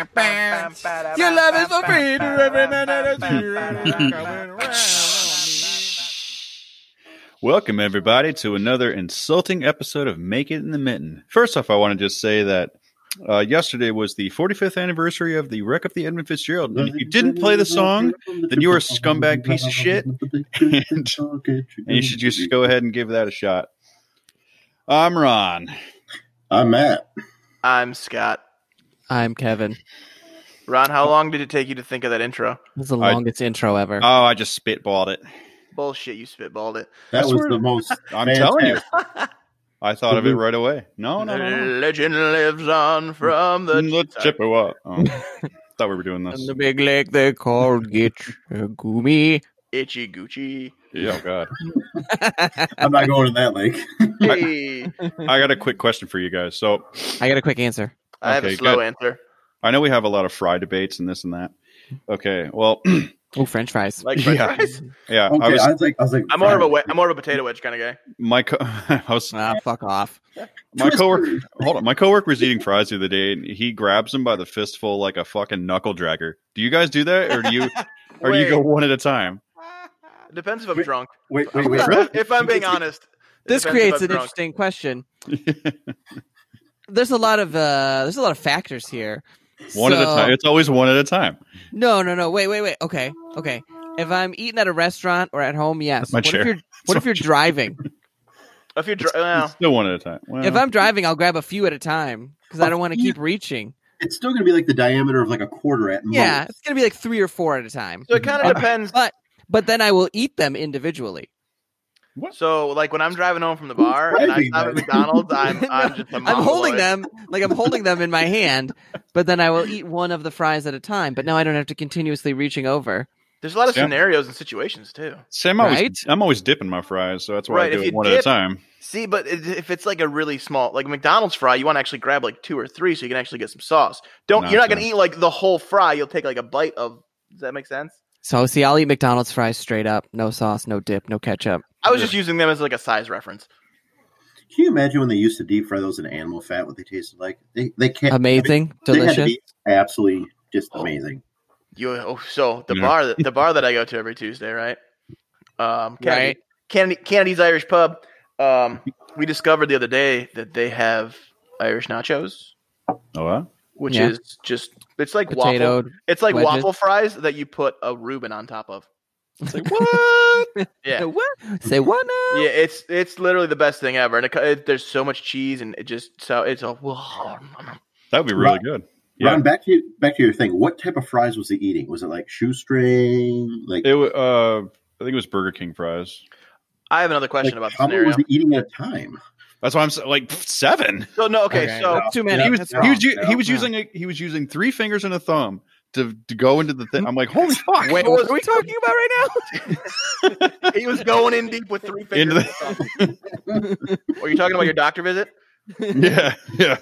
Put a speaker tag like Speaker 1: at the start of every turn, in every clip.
Speaker 1: Your love is a feeder every minute.
Speaker 2: Welcome, everybody, to another insulting episode of Make It in the Mitten. First off, I want to just say that uh, yesterday was the 45th anniversary of the wreck of the Edmund Fitzgerald. And if you didn't play the song, then you are a scumbag piece of shit. And, and you should just go ahead and give that a shot. I'm Ron.
Speaker 3: I'm Matt.
Speaker 1: I'm Scott.
Speaker 4: I'm Kevin.
Speaker 1: Ron, how long did it take you to think of that intro?
Speaker 4: This is the
Speaker 2: I-
Speaker 4: longest intro ever.
Speaker 2: Oh, I just spitballed it.
Speaker 1: Bullshit, you spitballed it.
Speaker 3: That
Speaker 2: That's
Speaker 3: was
Speaker 2: where-
Speaker 3: the most.
Speaker 2: I'm telling you. I thought of it
Speaker 3: Mhm.
Speaker 2: right away.
Speaker 4: Oh,
Speaker 2: No, no, no. no.
Speaker 1: Legend lives on from the.
Speaker 2: Mm, Let's
Speaker 1: Sorry.
Speaker 2: chip it up. Oh, thought we were doing
Speaker 4: On
Speaker 2: this.
Speaker 4: the big lake they called Gumi.
Speaker 1: Itchy Gucci.
Speaker 2: Yeah, oh, God.
Speaker 3: I'm not going to that lake.
Speaker 1: Hey.
Speaker 2: I got a quick question for you guys. So
Speaker 4: I got a quick answer.
Speaker 1: I have
Speaker 2: Okay,
Speaker 1: a slow
Speaker 2: good.
Speaker 1: answer.
Speaker 2: I know we have a lot of fry debates and this and that. Okay. Well,
Speaker 4: Oh, French fries.
Speaker 1: Like french
Speaker 2: Yeah.
Speaker 1: fries.
Speaker 2: yeah.
Speaker 3: Okay,
Speaker 2: I was
Speaker 3: I was like, I was like,
Speaker 1: I'm more of a we- I'm more of a potato wedge kind of guy.
Speaker 2: my co- I was
Speaker 4: Ah, fuck off.
Speaker 2: my coworker. Hold on, my coworker was eating fries the other day, and he grabs them by the fistful like a fucking knuckle dragger. Do you guys do that, or do you, or do you go
Speaker 1: Wait.
Speaker 2: one at a time?
Speaker 1: Depends if I'm
Speaker 3: Wait,
Speaker 1: drunk.
Speaker 3: Wait, wait, wait.
Speaker 2: Really?
Speaker 1: If I'm being honest. it
Speaker 4: This
Speaker 1: depends if
Speaker 4: creates
Speaker 1: I'm
Speaker 4: an
Speaker 1: drunk.
Speaker 4: interesting question. There's a lot of uh there's a lot of factors here.
Speaker 2: one at a
Speaker 4: So-
Speaker 2: time. It's always one at a time.
Speaker 4: No, no, no. Wait, wait, wait. Okay. Okay. If I'm eating at a restaurant or at home, yes.
Speaker 2: my
Speaker 4: what
Speaker 2: chair.
Speaker 4: if you're what if you're driving?
Speaker 1: If you're drunk, well,
Speaker 2: It's still one at a time. Well,
Speaker 4: If I'm driving, I'll grab a few at a time because I don't want to
Speaker 3: Yeah.
Speaker 4: keep reaching.
Speaker 3: It's still going to be like the diameter of like a quarter at most.
Speaker 4: Yeah, it's gonna be like three or four at a time.
Speaker 1: so it kind
Speaker 4: Uh,
Speaker 1: of depends.
Speaker 4: But then I will eat them individually.
Speaker 1: So like when I'm driving home from the
Speaker 3: Who's
Speaker 1: bar and I
Speaker 3: driving
Speaker 1: stop at
Speaker 3: then?
Speaker 1: McDonald's, I'm I'm just a
Speaker 4: I'm holding
Speaker 1: mongoloid.
Speaker 4: them like I'm holding them in my hand, but then I will eat one of the fries at a time. But now I don't have to continuously reaching over.
Speaker 1: There's a lot of
Speaker 2: Yeah.
Speaker 1: scenarios and situations too.
Speaker 2: See, I'm always
Speaker 4: Right?
Speaker 2: I'm always dipping my fries, so that's why
Speaker 1: Right,
Speaker 2: I do
Speaker 1: if
Speaker 2: it
Speaker 1: you
Speaker 2: one at a
Speaker 1: dip-
Speaker 2: time.
Speaker 1: See, but it- if it's like a really small, like a McDonald's fry, you want to actually grab like two or three so you can actually get some sauce. Don't
Speaker 2: No,
Speaker 1: you're not
Speaker 2: it's
Speaker 1: gonna eat like the whole fry. You'll take like a bite of. Does that make sense?
Speaker 4: So see, I'll eat McDonald's fries straight up, no sauce, no dip, no ketchup.
Speaker 1: I was just using them as like a size reference.
Speaker 3: Can you imagine when they used to deep fry those in animal fat? What they tasted like? They they can't.
Speaker 4: Amazing,
Speaker 3: I mean, they had to
Speaker 4: delicious.
Speaker 3: be absolutely just amazing.
Speaker 1: You oh, so the
Speaker 2: Yeah.
Speaker 1: bar that the bar that I go to every Tuesday, right? Um, Kennedy,
Speaker 4: Right.
Speaker 1: Kennedy, Kennedy's Irish Pub. Um, we discovered the other day that they have Irish nachos,
Speaker 2: Oh, wow.
Speaker 1: which
Speaker 4: Yeah.
Speaker 1: is just it's like waffle.
Speaker 4: Potato.
Speaker 1: It's like
Speaker 4: wedges.
Speaker 1: waffle fries that you put a Reuben on top of.
Speaker 4: It's like what?
Speaker 1: Yeah.
Speaker 4: what? Say what now?
Speaker 1: Yeah, it's it's literally the best thing ever, and it, co- it, there's so much cheese, and it just so it's a.
Speaker 2: That would be really
Speaker 3: Right.
Speaker 2: good. Yeah.
Speaker 3: Ron, back to you, back to your thing. What type of fries was he eating? Was it like shoestring? Like
Speaker 2: It wa- uh, I think it was Burger King fries.
Speaker 1: I have another question
Speaker 3: like,
Speaker 1: about the
Speaker 3: how many
Speaker 1: scenario.
Speaker 3: was he eating at a time?
Speaker 2: That's why I'm s- like seven.
Speaker 1: So no, okay,
Speaker 4: Okay,
Speaker 1: so
Speaker 4: That's too many.
Speaker 2: he was
Speaker 4: That's
Speaker 2: he
Speaker 4: wrong.
Speaker 2: was, u- he was
Speaker 4: Yeah.
Speaker 2: using a, he was using three fingers and a thumb to, to go into the thing. I'm like, holy fuck!
Speaker 4: Wait, what are we talking about right
Speaker 1: he was going in deep with three
Speaker 2: Into
Speaker 1: fingers. Are you talking about your doctor visit?
Speaker 2: yeah, yeah,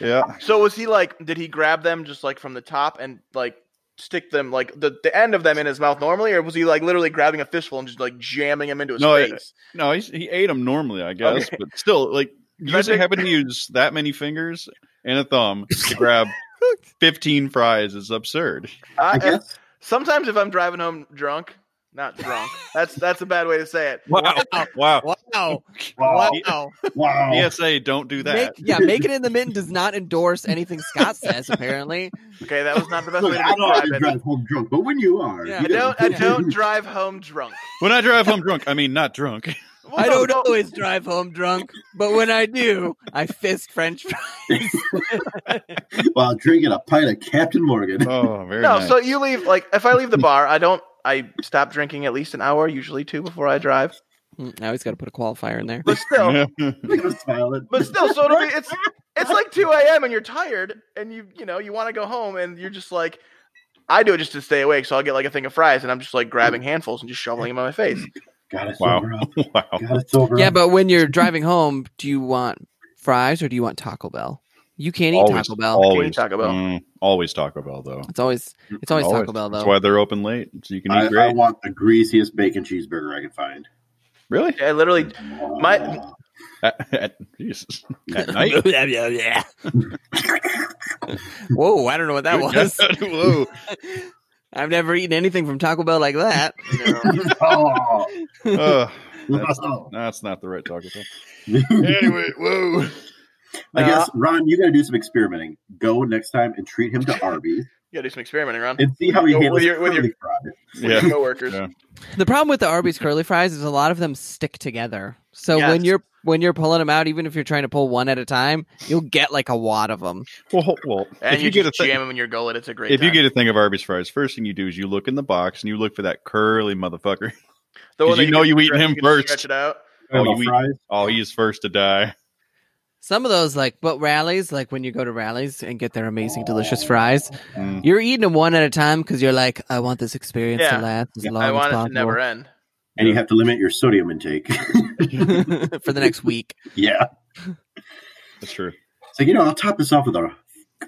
Speaker 2: yeah.
Speaker 1: So was he like? Did he grab them just like from the top and like stick them like the, the end of them in his mouth normally, or was he like literally grabbing a fistful and just like jamming them into his
Speaker 2: No, it-
Speaker 1: face?
Speaker 2: No, he he ate them normally, I guess,
Speaker 1: Okay.
Speaker 2: but still, like
Speaker 1: I
Speaker 2: usually
Speaker 1: think-
Speaker 2: having to use that many fingers and a thumb to grab fifteen fries is absurd.
Speaker 1: I,
Speaker 3: I guess.
Speaker 1: sometimes if I'm driving home drunk, not drunk. that's that's a bad way to say it.
Speaker 2: Wow, wow.
Speaker 4: now? Wow.
Speaker 3: Wow!
Speaker 4: Wow.
Speaker 3: Wow!
Speaker 2: PSA, don't do
Speaker 4: Make,
Speaker 2: that.
Speaker 4: yeah, make it in the mitten does not endorse anything Scott says, apparently.
Speaker 1: Okay, that was not the best
Speaker 3: Look,
Speaker 1: way
Speaker 3: I
Speaker 1: to
Speaker 3: don't have to
Speaker 1: describe it.
Speaker 3: drive home drunk, but when you are,
Speaker 4: Yeah.
Speaker 1: I
Speaker 3: you know.
Speaker 1: don't. I don't drive home drunk.
Speaker 2: When I drive home drunk, I mean not drunk.
Speaker 1: Well,
Speaker 4: I
Speaker 1: no,
Speaker 4: don't always drive home drunk, but when I do, I fist French fries.
Speaker 3: while drinking a pint of Captain Morgan.
Speaker 2: Oh, very
Speaker 1: No,
Speaker 2: nice.
Speaker 1: so you leave like if I leave the bar, I don't. I stop drinking at least an hour, usually two, before I drive.
Speaker 4: Mm, I always got to put a qualifier in there.
Speaker 1: But still,
Speaker 3: Gonna smile at-
Speaker 1: but still, so it'll be, it's it's like two a.m. and you're tired, and you you know you want to go home, and you're just like, I do it just to stay awake, so I'll get like a thing of fries, and I'm just like grabbing handfuls and just shoveling them on my face.
Speaker 3: Gotta
Speaker 2: Wow. Oh.
Speaker 3: sober up.
Speaker 2: wow.
Speaker 3: Gotta sober
Speaker 4: Yeah,
Speaker 3: up.
Speaker 4: but when you're driving home, do you want fries or do you want Taco Bell? You can't eat
Speaker 2: always,
Speaker 4: Taco Bell.
Speaker 2: Always
Speaker 1: Taco Bell.
Speaker 2: Mm, always Taco Bell though.
Speaker 4: It's always it's always, Taco Bell
Speaker 2: That's
Speaker 4: though.
Speaker 2: why they're open late, so you can
Speaker 3: I,
Speaker 2: eat
Speaker 3: I
Speaker 2: great.
Speaker 3: want the greasiest bacon cheeseburger I can find.
Speaker 2: Really?
Speaker 1: I literally My-
Speaker 2: At, at, Jesus. At night?
Speaker 4: Yeah, yeah, yeah. Whoa, I don't know what that was.
Speaker 2: Whoa.
Speaker 4: I've never eaten anything from Taco Bell like that.
Speaker 3: oh,
Speaker 2: Uh, that's,
Speaker 3: no.
Speaker 2: that's not the right Taco Bell. Anyway, whoa.
Speaker 3: I
Speaker 4: No.
Speaker 3: guess Ron, you got to do some experimenting. Go next time and treat him to Arby's
Speaker 1: You gotta do some experimenting, Ron.
Speaker 3: and see how he
Speaker 1: With
Speaker 3: handles
Speaker 1: your- with your-
Speaker 3: curly fries.
Speaker 1: With your
Speaker 2: Yeah.
Speaker 1: coworkers.
Speaker 2: Yeah.
Speaker 4: The problem with the Arby's curly fries is a lot of them stick together. So
Speaker 1: Yes.
Speaker 4: when you're when you're pulling them out, even if you're trying to pull one at a time, you'll get like a wad of them.
Speaker 2: Well, ho- well
Speaker 1: And
Speaker 2: if
Speaker 1: you,
Speaker 2: you get a
Speaker 1: just
Speaker 2: thing,
Speaker 1: jam them in your gullet. It's a great.
Speaker 2: if you
Speaker 1: time.
Speaker 2: get a thing of Arby's fries, first thing you do is you look in the box and you look for that curly motherfucker.
Speaker 1: The
Speaker 2: 'cause
Speaker 1: that
Speaker 2: you know
Speaker 1: can
Speaker 2: you eating
Speaker 1: stretch-
Speaker 2: him
Speaker 1: can
Speaker 2: first.
Speaker 1: Stretch it out.
Speaker 2: Oh,
Speaker 3: Caramel
Speaker 2: you eat-
Speaker 3: fries.
Speaker 2: Oh, he's first to die.
Speaker 4: Some of those like but rallies, like when you go to rallies and get their amazing
Speaker 1: Oh.
Speaker 4: delicious fries,
Speaker 2: Mm.
Speaker 4: you're eating them one at a time because you're like, I want this experience
Speaker 1: Yeah.
Speaker 4: to last as
Speaker 3: Yeah,
Speaker 4: long
Speaker 1: I
Speaker 4: as
Speaker 1: want it
Speaker 4: possible
Speaker 1: to never end.
Speaker 3: and you have to limit your sodium intake.
Speaker 4: for the next week.
Speaker 3: yeah,
Speaker 2: That's true.
Speaker 3: it's like you know I'll top this off with a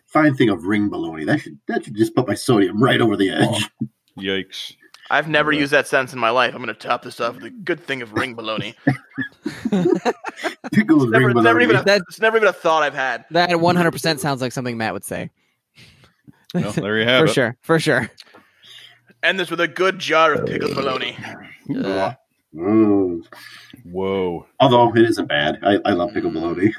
Speaker 3: fine thing of ring bologna. That should that should just put my sodium right over the edge.
Speaker 1: Oh.
Speaker 2: Yikes.
Speaker 1: I've never
Speaker 2: Yeah.
Speaker 1: used that sentence in my life. I'm gonna top this off with a good thing of ring bologna.
Speaker 3: Pickle with
Speaker 1: It's
Speaker 3: ring
Speaker 1: never, it's never
Speaker 3: bologna.
Speaker 1: even a,
Speaker 4: That-
Speaker 1: it's never even a thought I've had.
Speaker 4: That 100 percent sounds like something Matt would say.
Speaker 2: Well, there you have
Speaker 4: for
Speaker 2: it.
Speaker 4: sure, for sure.
Speaker 1: End this with a good jar of pickled bologna.
Speaker 3: Uh,
Speaker 4: Ugh.
Speaker 3: Mm.
Speaker 2: Whoa.
Speaker 3: Although it isn't bad, I, I love
Speaker 1: Mm.
Speaker 3: pickle bologna.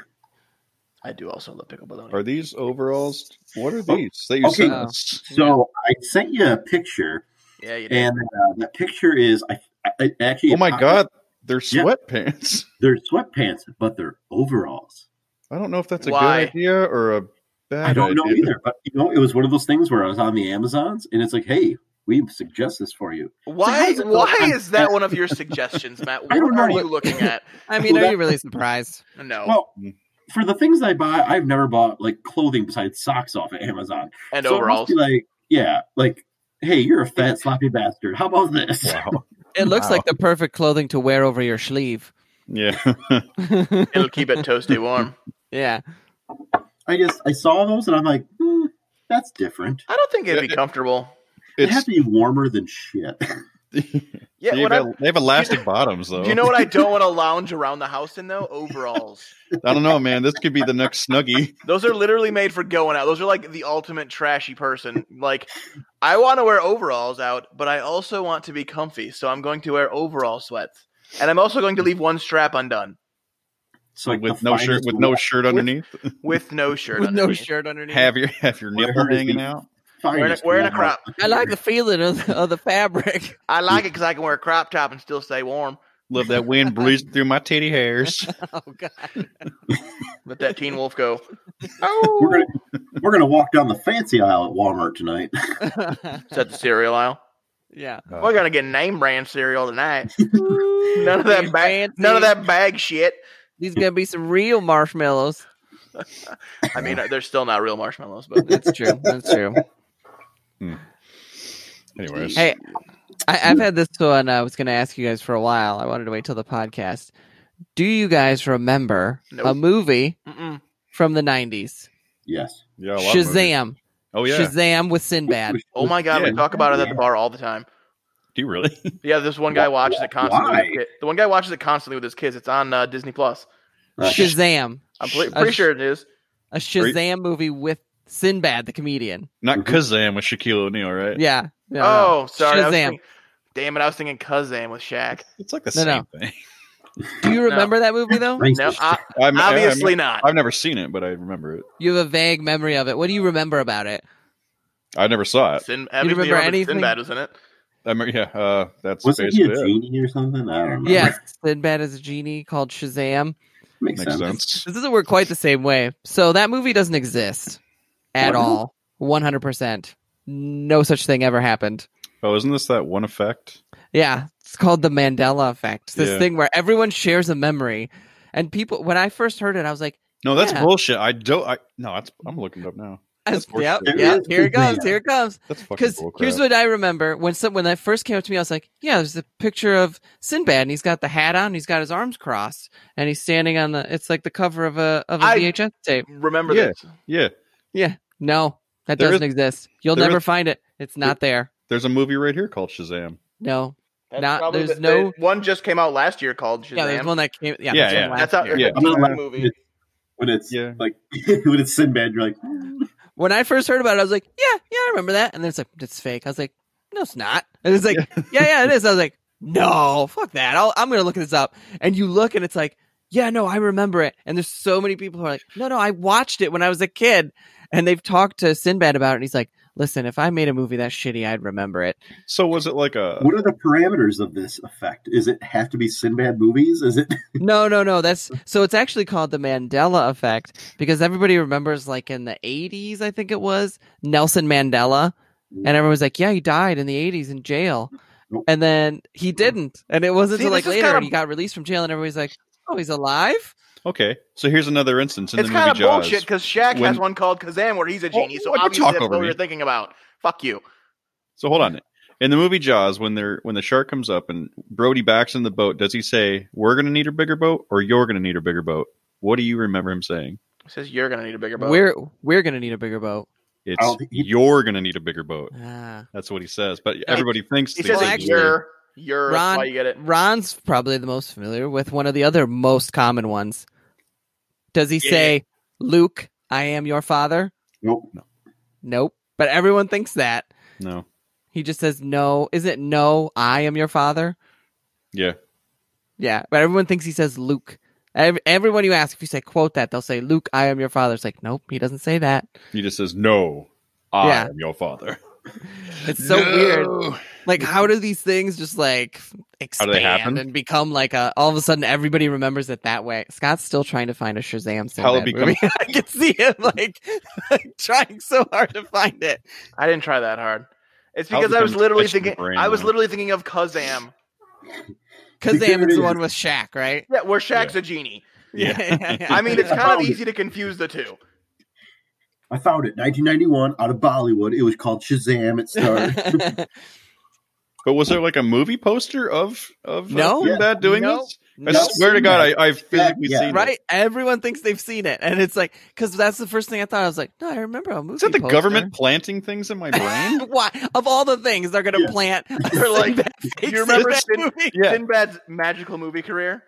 Speaker 1: I do also love pickled bologna.
Speaker 2: Are these overalls? What are
Speaker 3: Oh,
Speaker 2: these? That you
Speaker 3: okay.
Speaker 2: sent
Speaker 4: Oh.
Speaker 2: us?
Speaker 3: So I sent you a picture,
Speaker 1: yeah, you do.
Speaker 3: and uh, that picture is I, I- I actually.
Speaker 2: Oh my god, they're
Speaker 3: Yeah.
Speaker 2: sweatpants.
Speaker 3: they're sweatpants, but they're overalls.
Speaker 2: I don't know if that's a
Speaker 1: Why?
Speaker 2: good idea or a bad
Speaker 3: I don't know
Speaker 2: idea.
Speaker 3: either, but you know, it was one of those things where I was on the Amazons, and it's like, hey, we suggest this for you. So how
Speaker 1: Why?
Speaker 3: does it
Speaker 1: why
Speaker 3: look? I'm-
Speaker 1: is that one of your suggestions, Matt? What
Speaker 3: I don't
Speaker 1: are
Speaker 3: know.
Speaker 1: you looking at?
Speaker 4: I mean,
Speaker 3: Well,
Speaker 4: are
Speaker 3: that-
Speaker 4: you really surprised?
Speaker 1: No.
Speaker 3: Well,
Speaker 2: Mm.
Speaker 3: for the things I buy, I've never bought like clothing besides socks off of Amazon.
Speaker 1: and
Speaker 3: So it must
Speaker 1: overalls.
Speaker 3: be like, yeah, like, hey, you're a fat sloppy bastard. How about this?
Speaker 2: Wow.
Speaker 4: It looks
Speaker 2: Wow.
Speaker 4: like the perfect clothing to wear over your sleeve.
Speaker 2: Yeah.
Speaker 1: It'll keep it toasty warm.
Speaker 4: yeah,
Speaker 3: I just I saw those, and I'm like, hmm, that's different.
Speaker 1: I don't think it'd be comfortable.
Speaker 3: It has
Speaker 2: it's
Speaker 3: to be warmer than shit.
Speaker 1: Yeah,
Speaker 2: they,
Speaker 1: what I,
Speaker 2: have, e, they have elastic bottoms though.
Speaker 1: you know what I don't want to lounge around the house in though? Overalls.
Speaker 2: I don't know, man. This could be the next snuggie.
Speaker 1: Those are literally made for going out. Those are like the ultimate trashy person. Like, I want to wear overalls out, but I also want to be comfy, so I'm going to wear overall sweats, and I'm also going to leave one strap undone
Speaker 3: So like
Speaker 2: with
Speaker 3: the
Speaker 2: no shirt
Speaker 3: finest
Speaker 2: with no
Speaker 3: wa-
Speaker 2: shirt underneath.
Speaker 1: with no shirt.
Speaker 4: with no
Speaker 1: underneath.
Speaker 4: shirt underneath.
Speaker 2: Have your have your
Speaker 3: Where
Speaker 2: nipple
Speaker 3: is
Speaker 2: hanging
Speaker 3: the-
Speaker 2: out.
Speaker 1: Wearing a,
Speaker 3: finest
Speaker 1: wearing a
Speaker 3: Walmart.
Speaker 1: crop.
Speaker 4: I like the feeling of the, of the fabric.
Speaker 1: I like it because I can wear a crop top and still stay warm.
Speaker 2: Love that wind breezing through my titty hairs.
Speaker 4: Oh God!
Speaker 1: Let that Teen Wolf go.
Speaker 3: We're
Speaker 1: Oh,
Speaker 3: gonna we're gonna walk down the fancy aisle at Walmart tonight.
Speaker 1: is that the cereal aisle?
Speaker 4: yeah,
Speaker 1: We're gonna get name brand cereal tonight. None of that
Speaker 4: Damn
Speaker 1: bag.
Speaker 4: fancy.
Speaker 1: None of that bag shit.
Speaker 4: These gonna be some real marshmallows.
Speaker 1: I mean, they're still not real marshmallows, but
Speaker 4: That's true. That's true.
Speaker 2: Anyways,
Speaker 4: Hey, I, I've had this one. uh, I was going to ask you guys for a while. I wanted to wait till the podcast. Do you guys remember a
Speaker 1: Nope.
Speaker 4: movie
Speaker 1: Mm-mm.
Speaker 4: from the nineties?
Speaker 3: Yes.
Speaker 2: yeah, a lot of movies.
Speaker 4: Shazam!
Speaker 2: Oh yeah,
Speaker 4: Shazam with Sinbad.
Speaker 1: oh my god, we
Speaker 2: Yeah.
Speaker 1: talk about it at the bar all the time.
Speaker 2: do you really?
Speaker 1: Yeah, this one guy watches it constantly. With his
Speaker 3: Why?
Speaker 1: kid. The one guy watches it constantly with his kids. It's on uh, Disney Plus.
Speaker 3: Uh,
Speaker 4: Shazam,
Speaker 1: I'm pl-
Speaker 2: Sh-
Speaker 4: uh,
Speaker 1: pretty sure it is.
Speaker 4: a Shazam movie with Sinbad the comedian.
Speaker 2: Not
Speaker 3: Mhm.
Speaker 2: Kazam with Shaquille O'Neal, right?
Speaker 4: Yeah. No, no.
Speaker 1: oh, sorry. I was
Speaker 4: Shazam.
Speaker 1: thinking- damn it, I was thinking Kazam with Shaq.
Speaker 2: It's like the
Speaker 4: No,
Speaker 2: same thing.
Speaker 4: Do you remember that movie though?
Speaker 3: racist.
Speaker 1: No, I,
Speaker 2: I'm, I-
Speaker 1: obviously
Speaker 2: I'm-
Speaker 1: not.
Speaker 2: I've never seen it, but I remember it.
Speaker 4: You have a vague memory of it. What do you remember about it?
Speaker 2: I never saw it.
Speaker 1: Sin,
Speaker 4: remember
Speaker 1: obviously Robert
Speaker 4: anything?
Speaker 1: Sinbad was in it.
Speaker 2: I mean, yeah, uh, that's
Speaker 3: Wasn't he a
Speaker 2: basically it.
Speaker 3: genie or something? I don't remember.
Speaker 4: Yes, Sinbad is a genie called Shazam.
Speaker 3: makes,
Speaker 2: Makes
Speaker 3: sense.
Speaker 2: sense.
Speaker 4: This doesn't work quite the same way. So that movie doesn't exist at
Speaker 3: What?
Speaker 4: all. One hundred percent. No such thing ever happened.
Speaker 2: Oh, isn't this that one effect?
Speaker 4: Yeah, it's called the Mandela effect. This
Speaker 2: Yeah.
Speaker 4: thing where everyone shares a memory, and people. When I first heard it, I was like,
Speaker 2: No, that's
Speaker 4: Yeah.
Speaker 2: bullshit. I don't. I no, that's, I'm looking it up now.
Speaker 4: Yes,
Speaker 2: That's
Speaker 4: yep,
Speaker 2: horseshit.
Speaker 4: yep.
Speaker 3: It is
Speaker 4: Here it
Speaker 3: bullcrap.
Speaker 4: comes. Here it comes.
Speaker 2: That's fucking
Speaker 4: Because
Speaker 2: bullcrap.
Speaker 4: here's what I remember when some, when that first came up to me, I was like, "Yeah, there's a picture of Sinbad, and he's got the hat on, and he's got his arms crossed, and he's standing on the. It's like the cover of a of a
Speaker 1: I-
Speaker 4: VHS tape.
Speaker 1: Remember
Speaker 2: Yeah.
Speaker 1: this.
Speaker 2: yeah,
Speaker 4: No, that
Speaker 2: There
Speaker 4: doesn't
Speaker 2: is-
Speaker 4: exist. You'll
Speaker 2: there
Speaker 4: never
Speaker 2: is-
Speaker 4: find it. It's not there.
Speaker 2: there's a movie right here called Shazam.
Speaker 4: No.
Speaker 1: That's
Speaker 4: Not-
Speaker 1: probably
Speaker 4: there's
Speaker 1: the-
Speaker 4: no-
Speaker 1: the- one just came out last year called Shazam.
Speaker 4: Yeah, there's one that came. Yeah,
Speaker 2: Yeah,
Speaker 4: there's one
Speaker 2: yeah.
Speaker 4: last
Speaker 1: That's out.
Speaker 4: year.
Speaker 2: Yeah.
Speaker 1: Yeah.
Speaker 3: I'm not laughing
Speaker 1: movie.
Speaker 3: when it's
Speaker 2: Yeah.
Speaker 3: like when it's Sinbad, you're like,
Speaker 4: When I first heard about it, I was like, "Yeah, yeah, I remember that." And then it's like, "It's fake." I was like, "No, it's not." And it's like, "Yeah, yeah, it is." I was like, "No, fuck that. I'll, I'm gonna look this up." And you look, and it's like, "Yeah, no, I remember it." And there's so many people who are like, "No, no, I watched it when I was a kid," and they've talked to Sinbad about it, and he's like, "Listen, if I made a movie that shitty, I'd remember it."
Speaker 2: So was it like a?
Speaker 3: what are the parameters of this effect? Is it have to be Sinbad movies? Is it
Speaker 4: no, no, no. That's so it's actually called the Mandela effect because everybody remembers like in the 80s, I think it was Nelson Mandela. And everyone was like, yeah, he died in the 80s in jail.
Speaker 3: Nope.
Speaker 4: And then he didn't. And it wasn't
Speaker 1: See,
Speaker 4: until like
Speaker 1: this is
Speaker 4: later
Speaker 1: kinda-
Speaker 4: and he got released from jail and everybody's like, oh, he's alive?
Speaker 2: Okay, so here's another instance in
Speaker 1: It's
Speaker 2: the
Speaker 1: kind
Speaker 2: movie
Speaker 1: of
Speaker 2: Jaws.
Speaker 1: bullshit because Shaq has
Speaker 2: When-
Speaker 1: one called Kazam where he's a genie, so
Speaker 2: what you
Speaker 1: obviously
Speaker 2: talk
Speaker 1: that's
Speaker 2: over
Speaker 1: what
Speaker 2: me?
Speaker 1: we were thinking about. Fuck you.
Speaker 2: So hold on. In the movie Jaws, when they're when the shark comes up and Brody backs in the boat, does he say, "We're going to need a bigger boat," or "You're going to need a bigger boat"? What do you remember him saying?
Speaker 1: It says you're gonna need a bigger boat.
Speaker 4: We're we're gonna need a bigger boat.
Speaker 2: It's
Speaker 3: Oh, he-
Speaker 2: "You're going to need a bigger boat."
Speaker 4: Ah.
Speaker 2: That's what he says, but everybody thinks
Speaker 1: he
Speaker 2: they
Speaker 1: says
Speaker 4: Well,
Speaker 2: say
Speaker 1: it's
Speaker 4: actually-
Speaker 2: "You're."
Speaker 1: you're you're
Speaker 4: Ron-
Speaker 1: that's why you get it.
Speaker 4: Ron's probably the most familiar with one of the other most common ones. Does he
Speaker 2: Yeah.
Speaker 4: say, Luke, I am your father?
Speaker 3: nope?
Speaker 4: Nope. But everyone thinks that.
Speaker 2: No,
Speaker 4: He just says no. Is it no? I am your father.
Speaker 2: yeah,
Speaker 4: Yeah, but everyone thinks he says Luke. Ev- Everyone you ask, if you say quote that, they'll say Luke, I am your father. It's like nope, he doesn't say that.
Speaker 2: he just says, "No, I
Speaker 4: Yeah.
Speaker 2: am your father."
Speaker 4: It's so weird. Like how do these things just like expand
Speaker 2: happen?
Speaker 4: and become like a? All of a sudden, everybody remembers it that way. Scott's still trying to find a Shazam.
Speaker 2: How it
Speaker 4: Sinbad
Speaker 2: become-
Speaker 4: movie. I can see him like, trying so hard to find it.
Speaker 1: I didn't try that hard. It's
Speaker 2: How
Speaker 1: because I was
Speaker 2: becomes
Speaker 1: literally
Speaker 2: etched in your
Speaker 1: thinking.
Speaker 2: brain
Speaker 1: I was
Speaker 2: now.
Speaker 1: literally thinking of Kazam.
Speaker 4: Kazam is the one with Shaq, right?
Speaker 1: Yeah, where Shaq's a genie.
Speaker 2: Yeah.
Speaker 1: I mean, it's kind of
Speaker 3: Found it.
Speaker 1: easy to confuse the two.
Speaker 3: I found it. 1991 out of Bollywood. It was called Shazam. It started.
Speaker 2: But was there like a movie poster of of
Speaker 4: No.
Speaker 2: uh, Sinbad doing
Speaker 4: No.
Speaker 2: this? I
Speaker 4: No.
Speaker 2: swear to God, I, I've
Speaker 3: Yeah,
Speaker 2: physically
Speaker 3: yeah.
Speaker 2: seen it.
Speaker 4: right? Everyone thinks they've seen it, and it's like because that's the first thing I thought. I was like, no, I remember a movie.
Speaker 2: Is that the
Speaker 4: poster.
Speaker 2: government planting things in my brain?
Speaker 4: Why of all the things they're gonna
Speaker 3: Yeah.
Speaker 4: plant?
Speaker 1: They're like, you remember Sin-
Speaker 4: movie?
Speaker 2: yeah,
Speaker 1: Sinbad's magical movie career.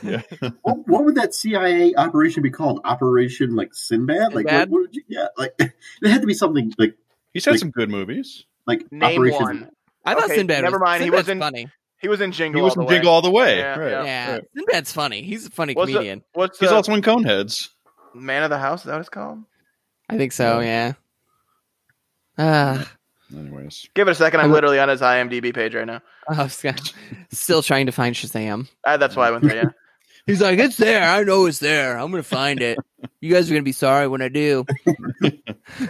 Speaker 3: what, what would that CIA operation be called? Operation like Sinbad? Like what,
Speaker 4: Sinbad?
Speaker 3: what would you, yeah, like there had to be something like
Speaker 2: he's had
Speaker 3: Like-
Speaker 2: some good movies.
Speaker 3: like
Speaker 1: Name
Speaker 3: Operation.
Speaker 1: one.
Speaker 4: I thought
Speaker 1: Okay,
Speaker 4: Sinbad.
Speaker 1: never
Speaker 4: was,
Speaker 1: mind, he
Speaker 4: Sinbad's
Speaker 1: wasn't-
Speaker 4: funny.
Speaker 1: He was in Jingle.
Speaker 2: he was
Speaker 1: all
Speaker 2: in
Speaker 1: the
Speaker 2: Jingle
Speaker 1: way.
Speaker 2: all the way.
Speaker 1: Yeah,
Speaker 2: right.
Speaker 4: Yeah,
Speaker 2: right.
Speaker 4: Sinbad's funny. He's a funny
Speaker 1: What's the-
Speaker 4: comedian.
Speaker 1: What's
Speaker 2: He's
Speaker 1: uh,
Speaker 2: also in Coneheads.
Speaker 1: Man of the House? Is that what it's called?
Speaker 4: I think so. Yeah. Uh,
Speaker 2: Anyways,
Speaker 1: Give it a second. I'm
Speaker 4: I'm-
Speaker 1: literally on his IMDb page right now.
Speaker 4: oh, Scott. still trying to find Shazam.
Speaker 1: Uh, that's why I went there. Yeah.
Speaker 4: He's like, it's there. I know it's there. I'm gonna find it. You guys are gonna be sorry when I do.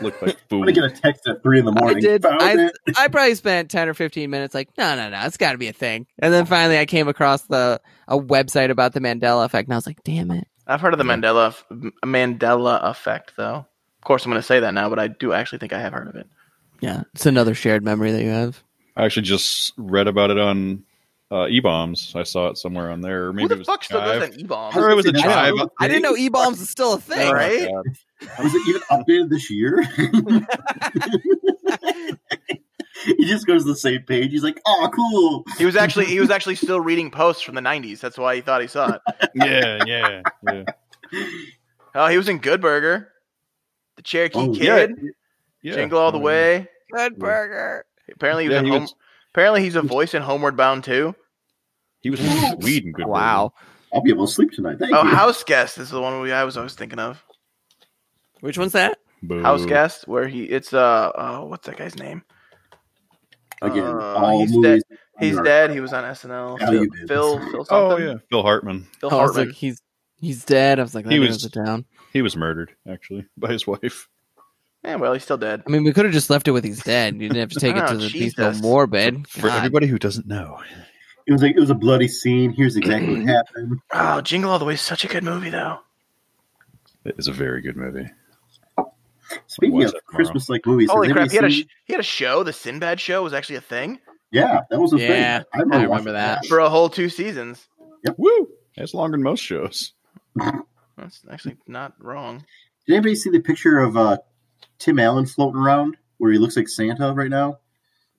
Speaker 2: look like
Speaker 3: I'm
Speaker 2: food.
Speaker 3: gonna get a text at three in the morning.
Speaker 4: I did.
Speaker 3: Found
Speaker 4: I,
Speaker 3: it.
Speaker 4: I probably spent ten or fifteen minutes like, no, no, no, it's got to be a thing. And then finally, I came across the a website about the Mandela effect, and I was like, damn it,
Speaker 1: I've heard of the
Speaker 2: Yeah.
Speaker 1: Mandela f- M- Mandela effect, though. Of course, I'm going to say that now, but I do actually think I have heard of it.
Speaker 4: yeah, it's another shared memory that you have.
Speaker 2: I actually just read about it on uh, E Bombs. I saw it somewhere on there. or Maybe
Speaker 1: Who
Speaker 2: it
Speaker 1: the
Speaker 2: was
Speaker 1: fuck still
Speaker 2: Jive.
Speaker 1: does an e-bomb?
Speaker 2: Or it was a
Speaker 3: Is it
Speaker 2: jive.
Speaker 3: updated?
Speaker 4: I didn't know e bombs is still a thing.
Speaker 1: Right.
Speaker 3: Was it even updated this year? he just goes to the same page. He's like, "Oh, cool."
Speaker 1: He was actually he was actually still reading posts from the '90s. That's why he thought he saw it.
Speaker 2: Yeah, yeah, yeah.
Speaker 1: Oh, he was in Good Burger, The Cherokee
Speaker 3: Oh,
Speaker 1: Kid,
Speaker 2: yeah.
Speaker 1: Jingle All the
Speaker 2: Oh,
Speaker 1: Way.
Speaker 4: Good burger.
Speaker 1: Apparently, he was
Speaker 2: Yeah,
Speaker 1: in
Speaker 2: he
Speaker 1: home,
Speaker 2: was-
Speaker 1: apparently he's a voice in Homeward Bound too.
Speaker 2: He was in Sweden. Good
Speaker 4: wow,
Speaker 3: I'll be able to sleep tonight. Thank
Speaker 1: Oh,
Speaker 3: you.
Speaker 1: House Guest is the one we, I was always thinking of.
Speaker 4: which one's that?
Speaker 2: Boo.
Speaker 1: House Guest, where he it's uh oh, what's that guy's name?
Speaker 3: Again,
Speaker 1: Uh,
Speaker 3: all
Speaker 1: he's
Speaker 3: movies.
Speaker 1: He's
Speaker 3: are-
Speaker 1: dead. He was on SNL.
Speaker 3: How you
Speaker 1: Phil,
Speaker 3: been?
Speaker 1: Phil, Phil something.
Speaker 2: Oh yeah, Phil Hartman.
Speaker 1: Phil
Speaker 4: Oh, I was
Speaker 1: Hartman.
Speaker 4: like, he's he's dead. I was like, that
Speaker 2: He
Speaker 4: he
Speaker 2: was-
Speaker 4: was it down.
Speaker 2: He was murdered actually by his wife.
Speaker 1: Yeah, well, he's still dead.
Speaker 4: I mean, we could have just left it with he's dead. You didn't have to take it
Speaker 1: Oh,
Speaker 4: to the he's so
Speaker 1: Jesus.
Speaker 4: morbid.
Speaker 2: For
Speaker 4: God.
Speaker 2: everybody who doesn't know,
Speaker 3: It was like it was a bloody scene. Here's exactly what happened.
Speaker 1: Oh, Jingle All the Way is such a good movie, though.
Speaker 2: it is a very good movie.
Speaker 3: Speaking
Speaker 2: watch
Speaker 3: of
Speaker 2: that tomorrow.
Speaker 3: Christmas like movies,
Speaker 1: Holy
Speaker 3: has
Speaker 1: crap! He had, a,
Speaker 3: anybody
Speaker 1: sh-
Speaker 3: seen-
Speaker 1: he had a show. The Sinbad show was actually a thing
Speaker 3: yeah, that was a
Speaker 4: Yeah,
Speaker 3: thing. remember,
Speaker 4: remember
Speaker 3: watching
Speaker 4: that.
Speaker 1: for a whole two seasons.
Speaker 2: Woo! That's longer than most shows.
Speaker 1: That's actually not wrong.
Speaker 3: Did anybody see the picture of uh, Tim Allen floating around where he looks like Santa right now?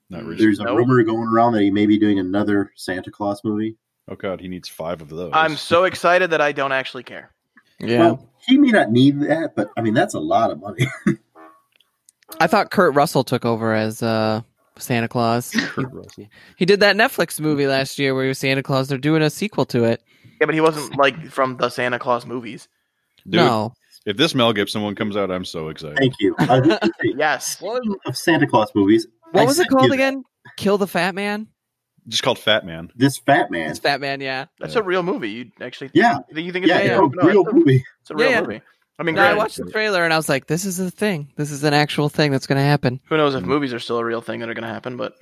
Speaker 2: Not
Speaker 1: Mm.
Speaker 2: really.
Speaker 3: There's a
Speaker 1: Nope.
Speaker 3: rumor going around that he may be doing another Santa Claus movie.
Speaker 2: Oh god, he needs five of those.
Speaker 1: I'm so excited that I don't actually care.
Speaker 4: Yeah.
Speaker 3: Well, he may not need that, but I mean that's a lot of money.
Speaker 4: I thought Kurt Russell took over as uh, Santa Claus.
Speaker 2: Kurt Russell.
Speaker 4: He did that Netflix movie last year where he was Santa Claus. They're doing a sequel to it.
Speaker 1: Yeah, but he wasn't like from the Santa Claus movies.
Speaker 2: Dude,
Speaker 4: No.
Speaker 2: if this Mel Gibson one comes out, I'm so excited.
Speaker 3: Thank you. Uh, this is the
Speaker 1: Yes,
Speaker 3: one of Santa Claus movies. I
Speaker 4: What was it
Speaker 3: sent you
Speaker 4: called
Speaker 3: that.
Speaker 4: again? Kill the Fat Man?
Speaker 2: Just called Fat Man.
Speaker 3: This Fat Man.
Speaker 4: It's Fat Man, yeah.
Speaker 1: that's a real movie. You actually think,
Speaker 3: Yeah,
Speaker 1: you think it's
Speaker 3: yeah,
Speaker 1: a
Speaker 4: yeah.
Speaker 1: real,
Speaker 3: no,
Speaker 1: no,
Speaker 3: real
Speaker 1: it's, a,
Speaker 3: movie.
Speaker 1: it's a real
Speaker 4: Yeah, yeah.
Speaker 1: movie. I mean,
Speaker 4: No, I
Speaker 1: granted,
Speaker 4: watched the trailer and I was like, this is a thing. This is an actual thing that's going to happen.
Speaker 1: who knows if movies are still a real thing that are going to happen? But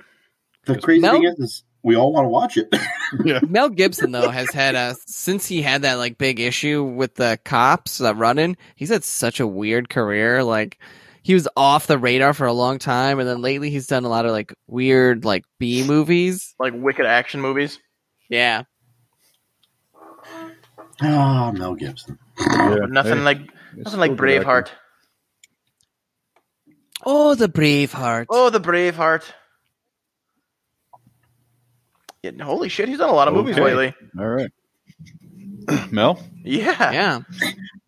Speaker 3: The crazy
Speaker 4: Mel-
Speaker 3: thing is, is, we all want to watch it.
Speaker 2: yeah.
Speaker 4: Mel Gibson, though, has had a, since he had that like big issue with the cops that running, he's had such a weird career. Like, he was off the radar for a long time. And then lately he's done a lot of like weird, like B movies.
Speaker 1: like wicked action movies.
Speaker 4: Yeah.
Speaker 3: Ah, Mel Gibson.
Speaker 1: But nothing
Speaker 2: Hey,
Speaker 1: like
Speaker 2: it's
Speaker 1: nothing like
Speaker 2: still good acting.
Speaker 1: Braveheart.
Speaker 4: Oh, the Braveheart.
Speaker 1: Oh, the Braveheart. Yeah, holy shit, he's done a lot of movies
Speaker 2: Okay.
Speaker 1: lately.
Speaker 2: All right. Mel?
Speaker 1: Yeah.
Speaker 4: Yeah.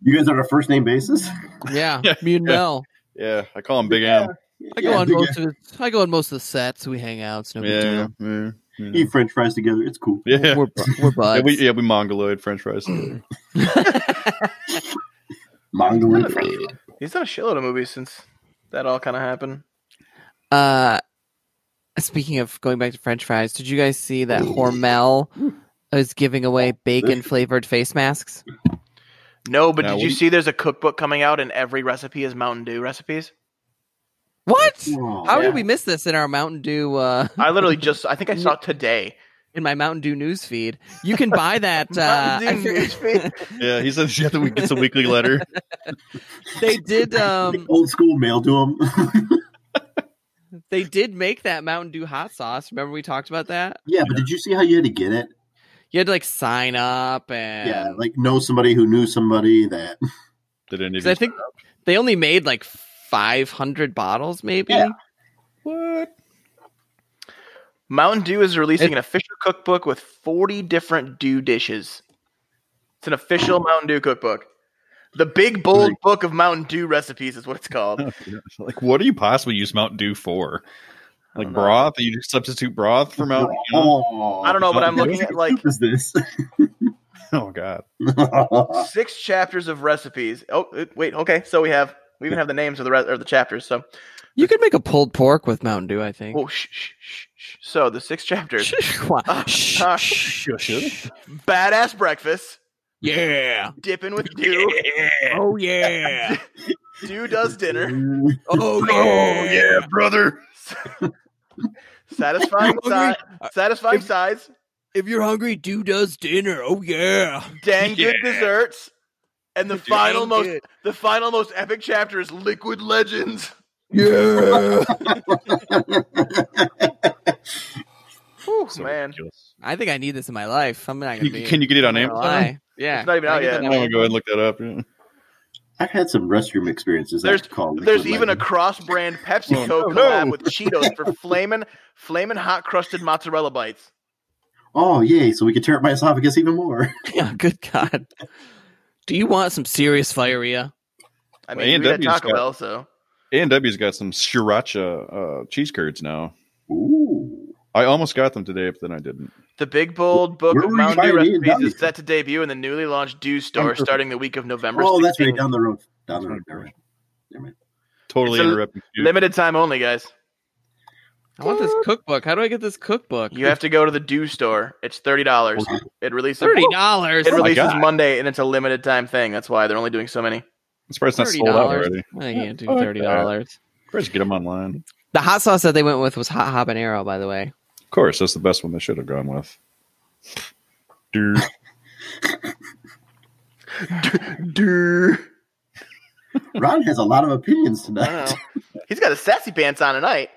Speaker 3: You guys are on a first name basis.
Speaker 4: Yeah. Me and
Speaker 2: Yeah.
Speaker 4: Mel.
Speaker 2: Yeah, I call him Big Am.
Speaker 4: I go
Speaker 3: Yeah,
Speaker 4: on
Speaker 3: big-
Speaker 4: most of his, I go on most of the sets. We hang out. It's no big
Speaker 2: Yeah.
Speaker 4: deal.
Speaker 2: Yeah. Yeah.
Speaker 3: Eat French fries together. It's cool.
Speaker 2: Yeah.
Speaker 4: We're we're
Speaker 2: Yeah,
Speaker 4: buds.
Speaker 2: we, yeah, we mongoloid French fries. together.
Speaker 3: Mongoloid.
Speaker 1: He's done a shitload of movies since that all kind of happened.
Speaker 4: Uh, speaking of going back to French fries, did you guys see that Hormel is giving away bacon flavored face masks?
Speaker 1: No, but
Speaker 2: Now,
Speaker 1: did
Speaker 2: what
Speaker 1: you
Speaker 2: do-
Speaker 1: see there's a cookbook coming out and every recipe is Mountain Dew recipes?
Speaker 4: What?
Speaker 3: Wow.
Speaker 4: How
Speaker 1: yeah.
Speaker 4: did we miss this in our Mountain Dew? Uh,
Speaker 1: I literally just, I think I saw it today.
Speaker 4: in my Mountain Dew news feed, you can buy that. Uh,
Speaker 1: Mountain Dew
Speaker 4: I
Speaker 1: news feed.
Speaker 2: Yeah, he said she had to get a weekly letter.
Speaker 4: fig- they did.
Speaker 3: Like
Speaker 4: Um,
Speaker 3: old school mail to him.
Speaker 4: they did make that Mountain Dew hot sauce. Remember we talked about that?
Speaker 3: yeah, but did you see how you had to get it?
Speaker 4: You had to like sign up and
Speaker 3: Yeah, like know somebody who knew somebody that.
Speaker 2: Did any of
Speaker 4: 'Cause
Speaker 2: you
Speaker 4: I think they only made like 500 bottles, maybe.
Speaker 3: Yeah.
Speaker 2: what?
Speaker 1: Mountain Dew is releasing
Speaker 4: It-
Speaker 1: an official cookbook with 40 different dew dishes. It's an official Mountain Dew cookbook. The Big Bold
Speaker 3: Like-
Speaker 1: Book of Mountain Dew Recipes is what it's called.
Speaker 2: Like, what do you possibly use Mountain Dew for?
Speaker 1: I
Speaker 2: Like
Speaker 1: don't know.
Speaker 2: broth? You just substitute broth for Mountain Dew?
Speaker 3: Oh,
Speaker 1: I don't know, but I'm looking at like
Speaker 3: What is this?
Speaker 2: Oh God!
Speaker 1: six chapters of recipes. Oh, uh, wait. Okay, so we have we even have the names of the re- of the chapters. So,
Speaker 4: You could make a pulled pork with Mountain Dew, I think.
Speaker 1: oh, shh, shh, shh, shh. so the six chapters:
Speaker 4: Wha-
Speaker 1: Ah,
Speaker 4: Shh,
Speaker 1: ah,
Speaker 4: shh, shh.
Speaker 1: badass breakfast,
Speaker 4: Yeah.
Speaker 1: dipping with dew,
Speaker 4: Oh yeah.
Speaker 1: dew does dinner,
Speaker 4: Oh
Speaker 2: brother!
Speaker 1: satisfying
Speaker 4: Hungry?
Speaker 1: sides, satisfying sides,
Speaker 4: If you're hungry, Dew does dinner. Oh yeah.
Speaker 1: dang good desserts, and the final
Speaker 4: Dang
Speaker 1: most
Speaker 4: good.
Speaker 1: the final most epic chapter is liquid legends.
Speaker 4: Yeah.
Speaker 1: Whew,
Speaker 2: So
Speaker 1: man,
Speaker 2: ridiculous.
Speaker 4: I think I need this in my life. I'm not gonna
Speaker 2: You-
Speaker 4: be.
Speaker 2: can you get it on
Speaker 4: I'm not
Speaker 2: Amazon?
Speaker 4: gonna
Speaker 2: I'm
Speaker 4: lie. Yeah.
Speaker 1: It's not even out
Speaker 4: I think
Speaker 1: yet.
Speaker 4: it's on
Speaker 2: gonna go ahead and look that up. yeah.
Speaker 3: I've had some restroom experiences.
Speaker 1: There's-
Speaker 3: that's called
Speaker 1: There's
Speaker 3: liquid
Speaker 1: even a
Speaker 3: lightning.
Speaker 1: cross-brand PepsiCo
Speaker 2: no,
Speaker 1: collab
Speaker 2: no.
Speaker 1: with Cheetos for flamin' flamin' hot crusted mozzarella bites.
Speaker 3: Oh, yay! So we can tear up my esophagus even more.
Speaker 4: Yeah, Oh, good God. Do you want some serious diarrhea?
Speaker 1: I
Speaker 2: Well,
Speaker 1: mean, we had
Speaker 2: A&W's
Speaker 1: Taco
Speaker 2: got-
Speaker 1: Bell, so
Speaker 2: A and W's got some sriracha uh, cheese curds now.
Speaker 3: Ooh,
Speaker 2: I almost got them today, but then I didn't.
Speaker 1: the Big Bold Book
Speaker 3: Where
Speaker 1: of
Speaker 3: were you
Speaker 1: Mountain Dew
Speaker 3: buying these
Speaker 1: recipes
Speaker 3: values?
Speaker 1: is set to debut in the newly launched Dew store
Speaker 2: perfect.
Speaker 1: starting the week of November.
Speaker 3: oh, that's
Speaker 1: 16th.
Speaker 3: right down the road. Down the road. Never mind. Never mind.
Speaker 2: Totally
Speaker 1: It's a
Speaker 2: interrupting. you.
Speaker 1: Limited time only, guys.
Speaker 4: I want this cookbook. How do I get this cookbook?
Speaker 1: You have to go to the Dew store. It's thirty dollars. It releases
Speaker 4: thirty dollars.
Speaker 1: It releases
Speaker 2: God.
Speaker 1: Monday, and it's a limited time thing. That's why they're only doing so many.
Speaker 2: I'm surprised it's not
Speaker 4: Thirty
Speaker 2: sold out
Speaker 4: dollars.
Speaker 2: already.
Speaker 4: I can't do
Speaker 2: Fuck
Speaker 4: thirty dollars.
Speaker 2: Surprised you get them online.
Speaker 4: The hot sauce that they went with was hot habanero, by the way.
Speaker 2: Of course, that's the best one they should have gone with. Dude.
Speaker 1: Dew.
Speaker 3: Ron has a lot of opinions
Speaker 1: I
Speaker 3: tonight.
Speaker 1: don't know. He's got his sassy pants on tonight.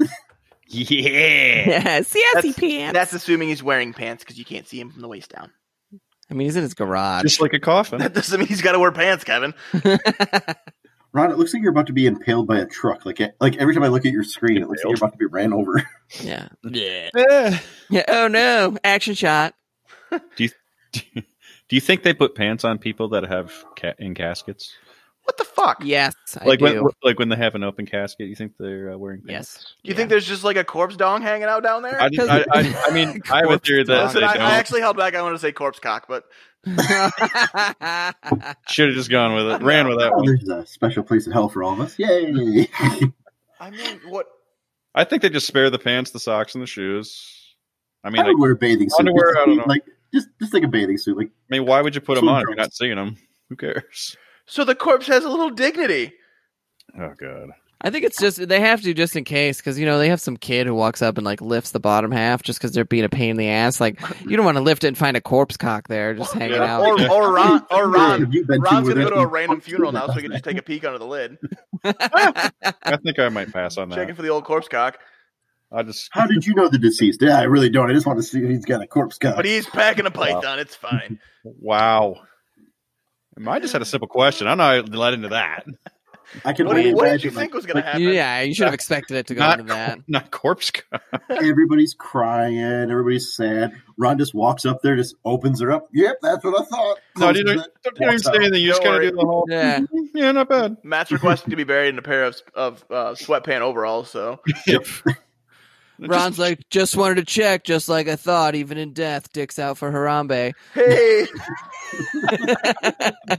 Speaker 2: Yeah.
Speaker 4: Yeah, sassy
Speaker 1: That's-
Speaker 4: pants.
Speaker 1: That's assuming he's wearing pants because you can't see him from the waist down.
Speaker 4: I mean, he's in his garage.
Speaker 2: Just like a coffin.
Speaker 1: That doesn't mean he's got to wear pants, Kevin.
Speaker 3: Ron, it looks like you're about to be impaled by a truck. Like e, like every time I look at your screen, it looks like
Speaker 2: Impaled.
Speaker 3: you're about to be ran over.
Speaker 4: yeah.
Speaker 1: Eh.
Speaker 2: Yeah.
Speaker 4: Yeah. Oh no! Action shot.
Speaker 2: Do you think they put pants on people that have ca- in caskets?
Speaker 1: What the fuck? Do
Speaker 4: Yes, I
Speaker 2: like
Speaker 4: do.
Speaker 2: when like when they have an open casket, you think they're uh, wearing pants?
Speaker 4: yes.
Speaker 1: You think there's just like a corpse dong hanging out down there?
Speaker 2: I, I, I, I mean, I have a theory that
Speaker 1: Listen,
Speaker 2: they
Speaker 1: I,
Speaker 2: don't.
Speaker 1: I actually held back. I wanted to say corpse cock, but
Speaker 4: yeah.
Speaker 2: should have just gone with it, ran with that
Speaker 3: Oh,
Speaker 2: one.
Speaker 3: there's a special place in hell for all of us. Yay!
Speaker 1: I mean, what?
Speaker 2: I think they just spare the pants, the socks, and the shoes. I mean,
Speaker 3: I
Speaker 2: like,
Speaker 3: would wear a bathing suit.
Speaker 2: Underwear,
Speaker 3: Just
Speaker 2: I don't know.
Speaker 3: Like just just like a bathing suit. Like
Speaker 2: I mean, why would you put them on if you're
Speaker 3: Sometimes.
Speaker 2: not seeing them? Who cares?
Speaker 1: So the corpse has a little dignity.
Speaker 2: Oh god.
Speaker 4: I think it's just they have to just in case because you know they have some kid who walks up and like lifts the bottom half just because they're being a pain in the ass. Like you don't want to lift it and find a corpse cock there just hanging
Speaker 2: Yeah.
Speaker 4: out.
Speaker 1: Or or Ron or Ron.
Speaker 3: Have you been
Speaker 1: Ron's
Speaker 3: where
Speaker 1: gonna go
Speaker 3: there's
Speaker 1: to a
Speaker 3: been
Speaker 1: random
Speaker 3: fucks
Speaker 1: funeral
Speaker 3: in
Speaker 1: now, so
Speaker 3: that
Speaker 1: we can just take a peek under the lid,
Speaker 2: I think I might pass on
Speaker 1: checking
Speaker 2: that.
Speaker 1: for the old corpse cock.
Speaker 2: I just
Speaker 3: How did you know the deceased? Yeah, I really don't. I just want to see if he's got a corpse gun.
Speaker 1: But he's packing a python. It's fine.
Speaker 2: wow. I just had a simple question. I'm not led into that.
Speaker 3: I can
Speaker 1: What
Speaker 3: only
Speaker 1: did, what did
Speaker 3: imagine
Speaker 1: you think
Speaker 3: like,
Speaker 1: was gonna happen?
Speaker 4: yeah, you should have expected it to go
Speaker 2: Not
Speaker 4: into that.
Speaker 2: Not corpse. co-
Speaker 3: everybody's crying, everybody's sad. Ron just walks up there, just opens her up. Yep, that's what I thought.
Speaker 2: No, dude,
Speaker 3: Closes
Speaker 2: don't,
Speaker 3: it.
Speaker 2: don't even say anything. You just
Speaker 1: Don't
Speaker 2: gotta
Speaker 1: worry.
Speaker 2: do the whole. Mm-hmm.
Speaker 4: Yeah.
Speaker 2: Yeah, not bad.
Speaker 1: Matt's requesting to be buried in a pair of of uh, sweatpant overalls. So
Speaker 4: Ron's like, just wanted to check, just like I thought. Even in death, dicks out for Harambe.
Speaker 1: hey,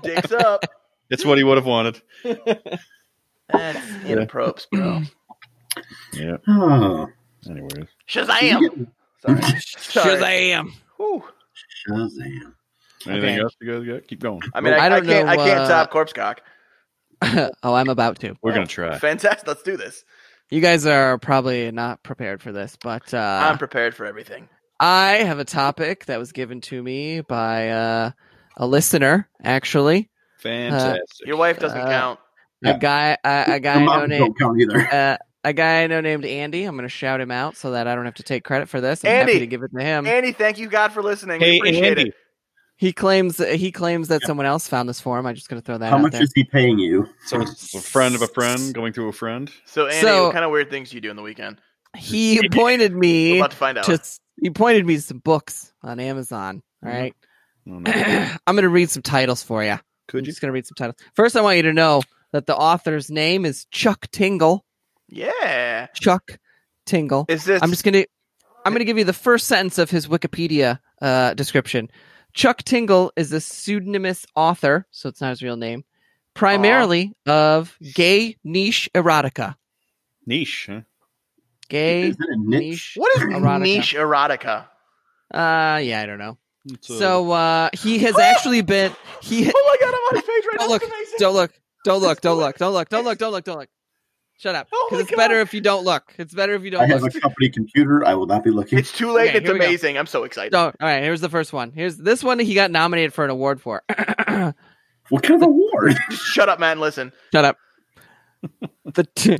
Speaker 1: dicks up.
Speaker 2: It's what he would have wanted.
Speaker 1: That's inappropriate, bro.
Speaker 2: Yeah.
Speaker 3: Oh,
Speaker 2: Anyways.
Speaker 1: Shazam! Sorry. Sorry.
Speaker 4: Shazam!
Speaker 1: Whew.
Speaker 3: Shazam.
Speaker 2: Anything
Speaker 4: Okay.
Speaker 2: else you guys got? Keep going.
Speaker 1: I mean, I,
Speaker 4: I
Speaker 1: I,
Speaker 4: don't
Speaker 1: can't.
Speaker 4: know,
Speaker 1: I can't
Speaker 4: uh,
Speaker 1: top corpse cock.
Speaker 4: oh, I'm about to.
Speaker 2: We're gonna try.
Speaker 1: Fantastic. Let's do this.
Speaker 4: You guys are probably not prepared for this, but uh,
Speaker 1: I'm prepared for everything.
Speaker 4: I have a topic that was given to me by uh, a listener, actually.
Speaker 2: Fantastic.
Speaker 1: Your wife doesn't
Speaker 4: Uh,
Speaker 1: count.
Speaker 3: Yeah.
Speaker 4: A guy, a, a guy,
Speaker 3: Your
Speaker 4: no
Speaker 3: mom
Speaker 4: name,
Speaker 3: don't count either.
Speaker 4: uh, a guy, no named Andy. I'm going to shout him out so that I don't have to take credit for this. I'm happy
Speaker 1: Andy!
Speaker 4: to give it to him.
Speaker 1: Andy, thank you God for listening. we
Speaker 2: hey,
Speaker 1: appreciate
Speaker 2: Andy.
Speaker 1: it.
Speaker 4: He claims he claims that someone else found this for him. I'm just going to throw that
Speaker 3: How
Speaker 4: out
Speaker 3: much
Speaker 4: there.
Speaker 3: is he paying you?
Speaker 2: So it's a friend of a friend going through a friend.
Speaker 1: So, Andy,
Speaker 4: So-
Speaker 1: what kind of weird things do you do on the weekend?
Speaker 4: he pointed
Speaker 1: We're
Speaker 4: me
Speaker 1: about to find out.
Speaker 4: to s- he pointed me to some books on Amazon.
Speaker 3: Mm-hmm.
Speaker 4: All right,
Speaker 2: Oh, no.
Speaker 4: I'm going to read some titles for you. I'm
Speaker 2: Could you?
Speaker 4: just going to read some titles. First, I want you to know that the author's name is Chuck Tingle.
Speaker 1: yeah.
Speaker 4: Chuck Tingle.
Speaker 1: Is this?
Speaker 4: I'm just gonna I'm gonna give you the first sentence of his Wikipedia uh, description. Chuck Tingle is a pseudonymous author, so it's not his real name, primarily of gay niche erotica.
Speaker 2: Niche, huh?
Speaker 4: Gay
Speaker 3: Is it a
Speaker 4: niche.
Speaker 3: niche?
Speaker 1: what is
Speaker 4: erotica.
Speaker 1: niche erotica?
Speaker 4: Uh, yeah, I don't know.
Speaker 2: It's a-
Speaker 4: So uh, he has actually been he.
Speaker 1: Oh my God, I'm on his page right
Speaker 4: Don't
Speaker 1: now.
Speaker 4: look!
Speaker 1: It's amazing.
Speaker 4: Don't look! Don't look! Don't look! Don't look! Don't look! Don't look! Don't look! Shut up!
Speaker 1: Oh
Speaker 4: Because
Speaker 1: my
Speaker 4: it's better
Speaker 1: God.
Speaker 4: if you don't look. It's better if you
Speaker 3: I
Speaker 4: don't
Speaker 3: have
Speaker 4: look.
Speaker 3: a company computer. I will not be looking.
Speaker 1: It's too late.
Speaker 4: Okay,
Speaker 1: it's
Speaker 4: here we go.
Speaker 1: amazing. I'm so excited.
Speaker 4: Don't. All right. Here's the first one. Here's this one. He got nominated for an award for.
Speaker 3: What kind of award?
Speaker 1: Just shut up, man. Listen,
Speaker 4: Shut up. the t-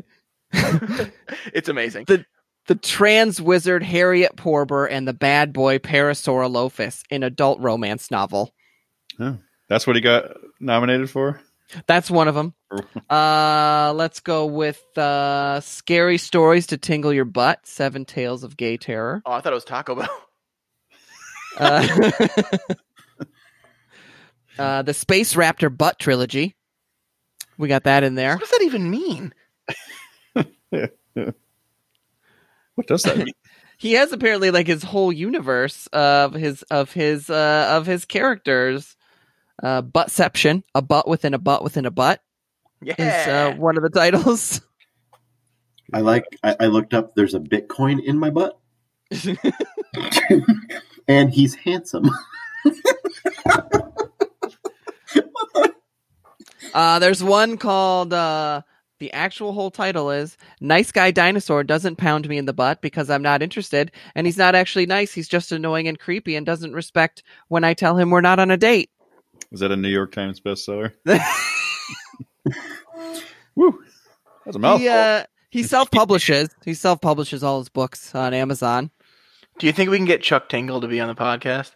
Speaker 1: it's amazing.
Speaker 4: The- the trans wizard Harriet Porber and the bad boy Parasaurolophus in adult romance novel.
Speaker 2: that's what he got nominated for.
Speaker 4: That's one of them. Uh, let's go with uh, scary stories to tingle your butt. Seven tales of gay terror.
Speaker 1: Oh, I thought it was Taco Bell.
Speaker 4: Uh, uh, the space raptor butt trilogy. We got that in there.
Speaker 1: What does that even mean?
Speaker 2: What does that mean?
Speaker 4: he has apparently like his whole universe of his of his uh of his characters uh buttception a butt within a butt within a butt
Speaker 1: Yeah.
Speaker 4: is uh, one of the titles
Speaker 3: I like. I, I looked up. There's a Bitcoin in my butt, and he's handsome.
Speaker 4: uh there's one called uh the actual whole title is nice guy dinosaur doesn't pound me in the butt because i'm not interested and he's not actually nice he's just annoying and creepy and doesn't respect when i tell him we're not on a date
Speaker 2: Is that a New York Times bestseller? Woo. That's a mouthful.
Speaker 4: He, uh, he self publishes. He self publishes all his books on Amazon.
Speaker 1: Do you think we can get Chuck Tingle to be on the podcast?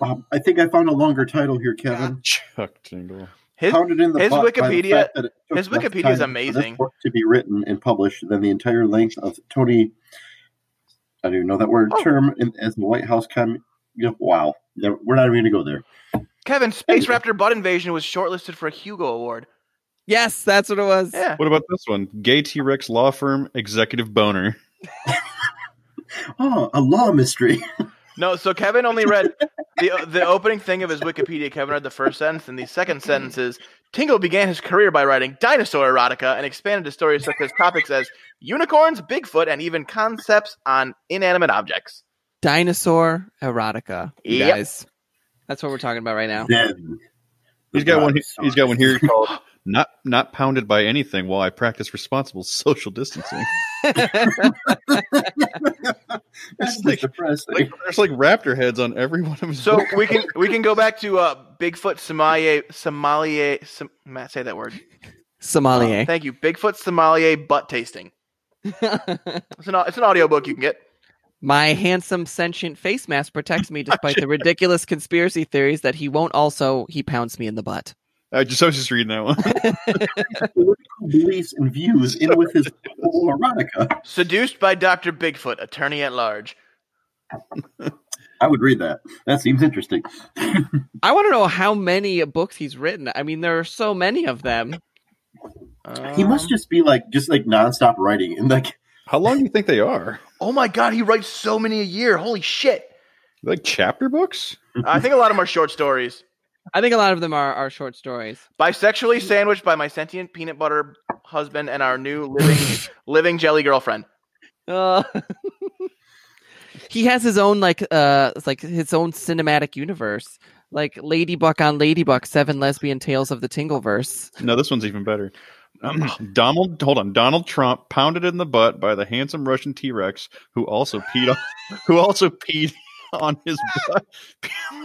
Speaker 3: Um, I think I found a longer title here, Kevin.
Speaker 2: Chuck Tingle.
Speaker 1: His
Speaker 3: Pounded in the
Speaker 1: his
Speaker 3: butt by the
Speaker 1: Wikipedia-
Speaker 3: fact that it took
Speaker 1: his
Speaker 3: less
Speaker 1: Wikipedia
Speaker 3: time
Speaker 1: is
Speaker 3: for this
Speaker 1: amazing.
Speaker 3: book to be written and published than the entire length of Tony. I don't even know that word
Speaker 1: Oh.
Speaker 3: term in, as the White House com. yeah, wow, Never- we're not even going to go there.
Speaker 1: Kevin Space
Speaker 3: Anyway.
Speaker 1: Raptor Butt Invasion was shortlisted for a Hugo Award.
Speaker 4: Yes, that's what it was.
Speaker 1: Yeah,
Speaker 2: What about this one? Gay T Rex Law Firm Executive Boner.
Speaker 3: Oh, a law mystery.
Speaker 1: no. So Kevin only read the uh, the opening thing of his Wikipedia. Kevin read the first sentence, and the second sentence is Tingle began his career by writing dinosaur erotica and expanded his stories such as topics as unicorns, Bigfoot, and even concepts on inanimate objects.
Speaker 4: Dinosaur erotica. You
Speaker 1: Yep.
Speaker 4: guys. That's what we're talking about right now.
Speaker 3: Then-
Speaker 2: He's got one.
Speaker 3: Dinosaurs.
Speaker 2: He's got one here called "Not Not Pounded by Anything While I Practice Responsible Social Distancing."
Speaker 3: That's
Speaker 2: Like-
Speaker 3: depressing.
Speaker 2: Like, there's like raptor heads on every one of his.
Speaker 1: So we can we can go back to uh, Bigfoot Somalia Somalia. Som- Matt, say that word. Uh,
Speaker 4: Somalia.
Speaker 1: Oh, Thank you. Bigfoot Somalia butt tasting. It's an au- it's an audiobook you can get.
Speaker 4: My handsome sentient face mask protects me despite the ridiculous conspiracy theories that he won't also he pounds me in the butt.
Speaker 2: I just I was just reading that one.
Speaker 3: political beliefs and views in with his whole erotica.
Speaker 1: Seduced by Dr. Bigfoot, attorney at large.
Speaker 3: I would read that. That seems interesting.
Speaker 4: I want to know how many books he's written. I mean, there are so many of them.
Speaker 1: Um,
Speaker 3: he must just be like just like nonstop writing and like
Speaker 2: How long do you think they are?
Speaker 1: Oh my god, he writes so many a year. Holy shit.
Speaker 2: Like chapter books?
Speaker 1: I think a lot of them are short stories.
Speaker 4: I think a lot of them are, are short stories.
Speaker 1: Bisexually sandwiched by my sentient peanut butter husband and our new living living jelly girlfriend.
Speaker 4: Uh, he has his own like uh it's like his own cinematic universe. Like Ladybuck on Ladybuck, seven lesbian tales of the Tingleverse.
Speaker 2: No, this one's even better. Um, Donald, hold on. Donald Trump pounded in the butt by the handsome Russian T Rex who also peed on, who also peed on his butt.